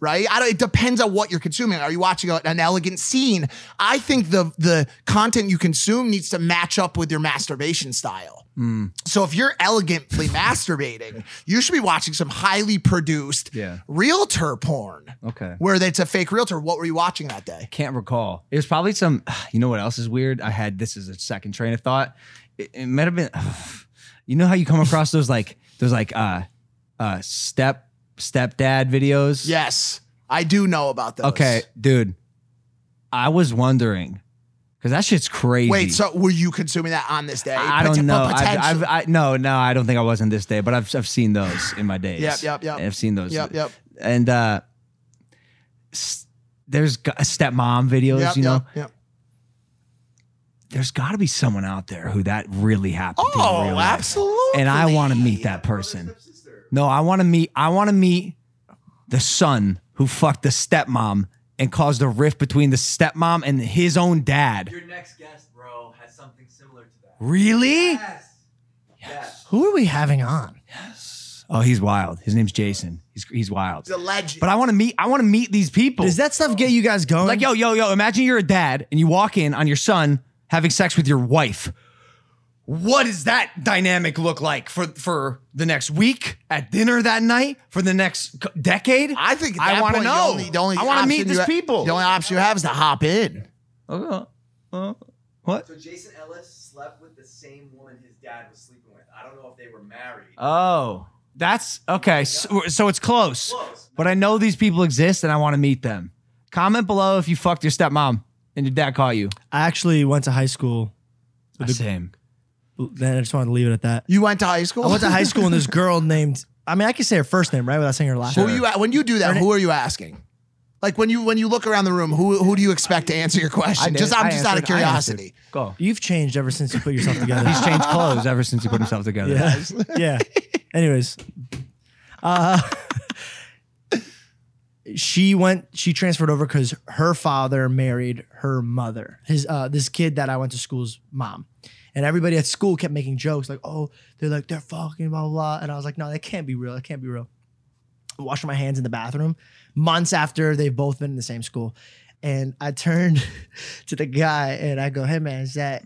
Speaker 5: Right, I don't, it depends on what you're consuming. Are you watching a- an elegant scene? I think the the content you consume needs to match up with your masturbation style. So if you're elegantly masturbating, you should be watching some highly produced
Speaker 6: Yeah.
Speaker 5: realtor porn
Speaker 6: okay.
Speaker 5: where it's a fake realtor. What were you watching that day?
Speaker 6: Can't recall. It was probably some. <sighs> You know what else is weird? I had this as a second train of thought. It, it might have been. <sighs> You know how you come across those like those like uh uh step stepdad videos.
Speaker 5: Yes, I do know about those.
Speaker 6: Okay, dude. I was wondering because that shit's crazy.
Speaker 5: Wait, so uh, were you consuming that on this day? oh,
Speaker 6: I I
Speaker 5: Pot-
Speaker 6: don't know.
Speaker 5: but
Speaker 6: I've, I've,
Speaker 5: potentially.
Speaker 6: I, no, no, I don't think I was on this day, but I've, I've seen those in my days.
Speaker 5: Yep, yep, yep.
Speaker 6: I've seen those.
Speaker 5: Yep, yep.
Speaker 6: And uh, s- there's go- stepmom videos.
Speaker 5: Yep,
Speaker 6: you know,
Speaker 5: yep, yep.
Speaker 6: there's got to be someone out there who that really happened. to in
Speaker 5: Oh,
Speaker 6: real life.
Speaker 5: absolutely.
Speaker 6: And I want to meet that person. No, I want to meet. I want to meet the son who fucked the stepmom and caused a rift between the stepmom and his own dad.
Speaker 11: Your next guest, bro, had something similar to that.
Speaker 6: Really?
Speaker 11: Yes. Yes.
Speaker 8: Who are we having on?
Speaker 6: Oh, he's wild. His name's Jason. He's he's wild.
Speaker 5: the legend.
Speaker 6: But I want to meet. I want to meet these people.
Speaker 8: Does that stuff get you guys going?
Speaker 6: like yo yo yo? Imagine you're a dad and you walk in on your son having sex with your wife. what does that dynamic look like for for the next week at dinner that night for the next c- decade?
Speaker 4: I think at
Speaker 6: I
Speaker 4: that
Speaker 6: want to
Speaker 4: point, the
Speaker 6: know.
Speaker 4: only- the only
Speaker 6: I want to
Speaker 4: option
Speaker 6: meet
Speaker 4: you
Speaker 6: these
Speaker 4: ha-
Speaker 6: people.
Speaker 4: The only option you have is to hop in.
Speaker 6: Uh, uh, what?
Speaker 7: So Jason Ellis slept with the same woman his dad was sleeping with. I don't know if they were married.
Speaker 6: Oh, that's okay. So, so it's close.
Speaker 7: Close.
Speaker 6: but I know these people exist and I want to meet them. Comment below if you fucked your stepmom and your dad caught you.
Speaker 5: I actually went to high school.
Speaker 6: Same.
Speaker 5: Then I just wanted to leave it at that.
Speaker 4: You went to high school.
Speaker 5: I went to high school and this girl named. I mean, I can say her first name right without saying her last.
Speaker 4: Who
Speaker 5: name.
Speaker 4: you when you do that? Who are you asking? Like when you when you look around the room, who who do you expect to answer your <laughs>
Speaker 6: I
Speaker 4: question?
Speaker 6: did.
Speaker 4: Just I'm
Speaker 6: I
Speaker 4: just out of
Speaker 6: answered. I answered.
Speaker 4: curiosity.
Speaker 6: Go.
Speaker 5: You've changed ever since you put yourself
Speaker 4: <laughs>
Speaker 5: together.
Speaker 6: He's changed clothes ever since he put himself together.
Speaker 5: <laughs> Yeah. yeah. Anyways, uh, <laughs> she went. She transferred over because her father married her mother. His uh, this kid that I went to school's mom, and everybody at school kept making jokes like, "Oh, they're like they're fucking blah blah,", blah. and I was like, "No, that can't be real. That can't be real." Washing my hands in the bathroom months after they've both been in the same school. And I turned <laughs> to the guy and I go, "Hey man, is that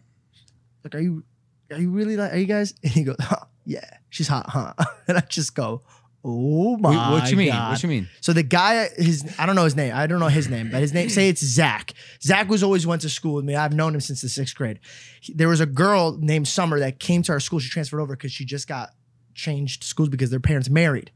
Speaker 5: like are you are you really like are you guys?" And he goes, huh, "Yeah, she's hot, huh?" <laughs> And I just go, "Oh my
Speaker 6: Wait, what you mean?
Speaker 5: God.
Speaker 6: What you mean?
Speaker 5: So the guy, his I don't know his name. I don't know his name, but his name. Say it's Zach. Zach was always went to school with me. I've known him since the sixth grade. He- there was a girl named Summer that came to our school. She transferred over because she just got changed schools because their parents married,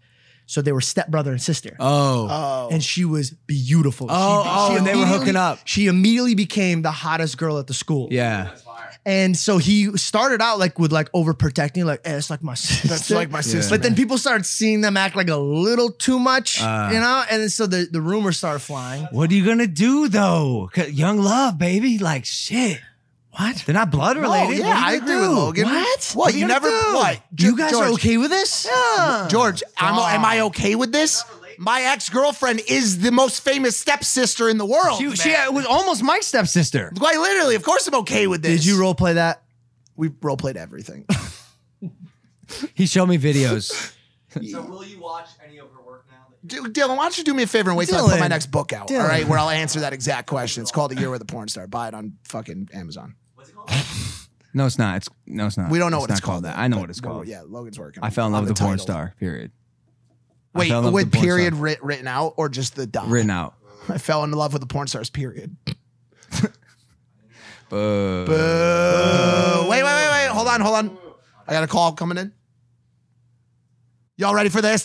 Speaker 5: so they were stepbrother and sister.
Speaker 6: Oh.
Speaker 4: Oh,
Speaker 5: And she was beautiful.
Speaker 6: Oh,
Speaker 5: she,
Speaker 6: oh, and they were
Speaker 5: immediately-
Speaker 6: hooking up.
Speaker 5: She immediately became the hottest girl at the school.
Speaker 6: yeah.
Speaker 5: And so he started out like with like overprotecting, like eh, it's like my <laughs> sister.
Speaker 4: that's like my sister.
Speaker 5: But then people started seeing them act like a little too much,
Speaker 6: Uh.
Speaker 5: you know? And then so the, the rumors started flying.
Speaker 6: What are you gonna do though? 'Cause Young love, baby. Like shit. What? They're not blood related.
Speaker 4: Oh, yeah,
Speaker 6: What are
Speaker 4: I
Speaker 6: you
Speaker 4: agree
Speaker 6: gonna
Speaker 4: with
Speaker 6: do?
Speaker 4: Logan.
Speaker 6: What?
Speaker 4: What,
Speaker 6: are
Speaker 4: you
Speaker 6: gonna
Speaker 4: never-
Speaker 6: do?
Speaker 4: what?
Speaker 5: You guys are
Speaker 4: George.
Speaker 5: okay with this?
Speaker 6: Yeah.
Speaker 4: George, I'm, am I okay with this? My ex girlfriend is the most famous stepsister in the world.
Speaker 6: She, she
Speaker 4: man.
Speaker 6: was almost my stepsister.
Speaker 4: Quite literally, of course I'm okay with this.
Speaker 5: Did you role play that?
Speaker 4: We role played everything.
Speaker 6: <laughs> He showed me videos.
Speaker 7: So will you watch any of her work now? That
Speaker 4: D- Dylan, why don't you do me a favor and wait till I put my
Speaker 5: Dylan.
Speaker 4: next book out, all
Speaker 5: Dylan.
Speaker 4: right? Where I'll answer that exact question. It's called A Year with a Porn Star. Buy it on fucking Amazon.
Speaker 7: what's it called?
Speaker 6: No, it's not. It's no, it's not.
Speaker 4: We don't know
Speaker 6: It's
Speaker 4: what it's
Speaker 6: not called.
Speaker 4: called.
Speaker 6: That
Speaker 4: though,
Speaker 6: I know
Speaker 4: but
Speaker 6: what it's
Speaker 4: we're-
Speaker 6: called.
Speaker 4: Yeah, Logan's working.
Speaker 6: I fell in
Speaker 4: on
Speaker 6: love with
Speaker 4: the
Speaker 6: a porn
Speaker 4: title.
Speaker 6: star. Period. I
Speaker 4: Wait,
Speaker 6: fell in love
Speaker 4: with
Speaker 6: the porn
Speaker 4: period
Speaker 6: star.
Speaker 4: writ, written out or just the dot?
Speaker 6: written out.
Speaker 4: I fell in love with the porn stars, period.
Speaker 6: Boo.
Speaker 4: Boo. Wait, wait, wait, wait. Hold on, hold on. I got a call coming in. Y'all ready for this?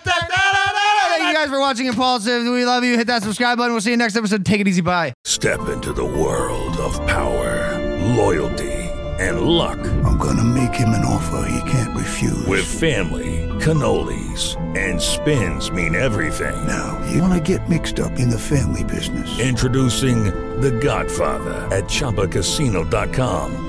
Speaker 6: Thank you guys for watching Impulsive. We love you. Hit that subscribe button. We'll see you next episode. Take it easy. Bye.
Speaker 2: Step into the world of power, loyalty, and luck.
Speaker 1: I'm gonna make him an offer he can't refuse.
Speaker 2: With family, cannolis, and spins mean everything.
Speaker 1: now, you wanna get mixed up in the family business.
Speaker 2: Introducing The Godfather at ChumbaCasino.com.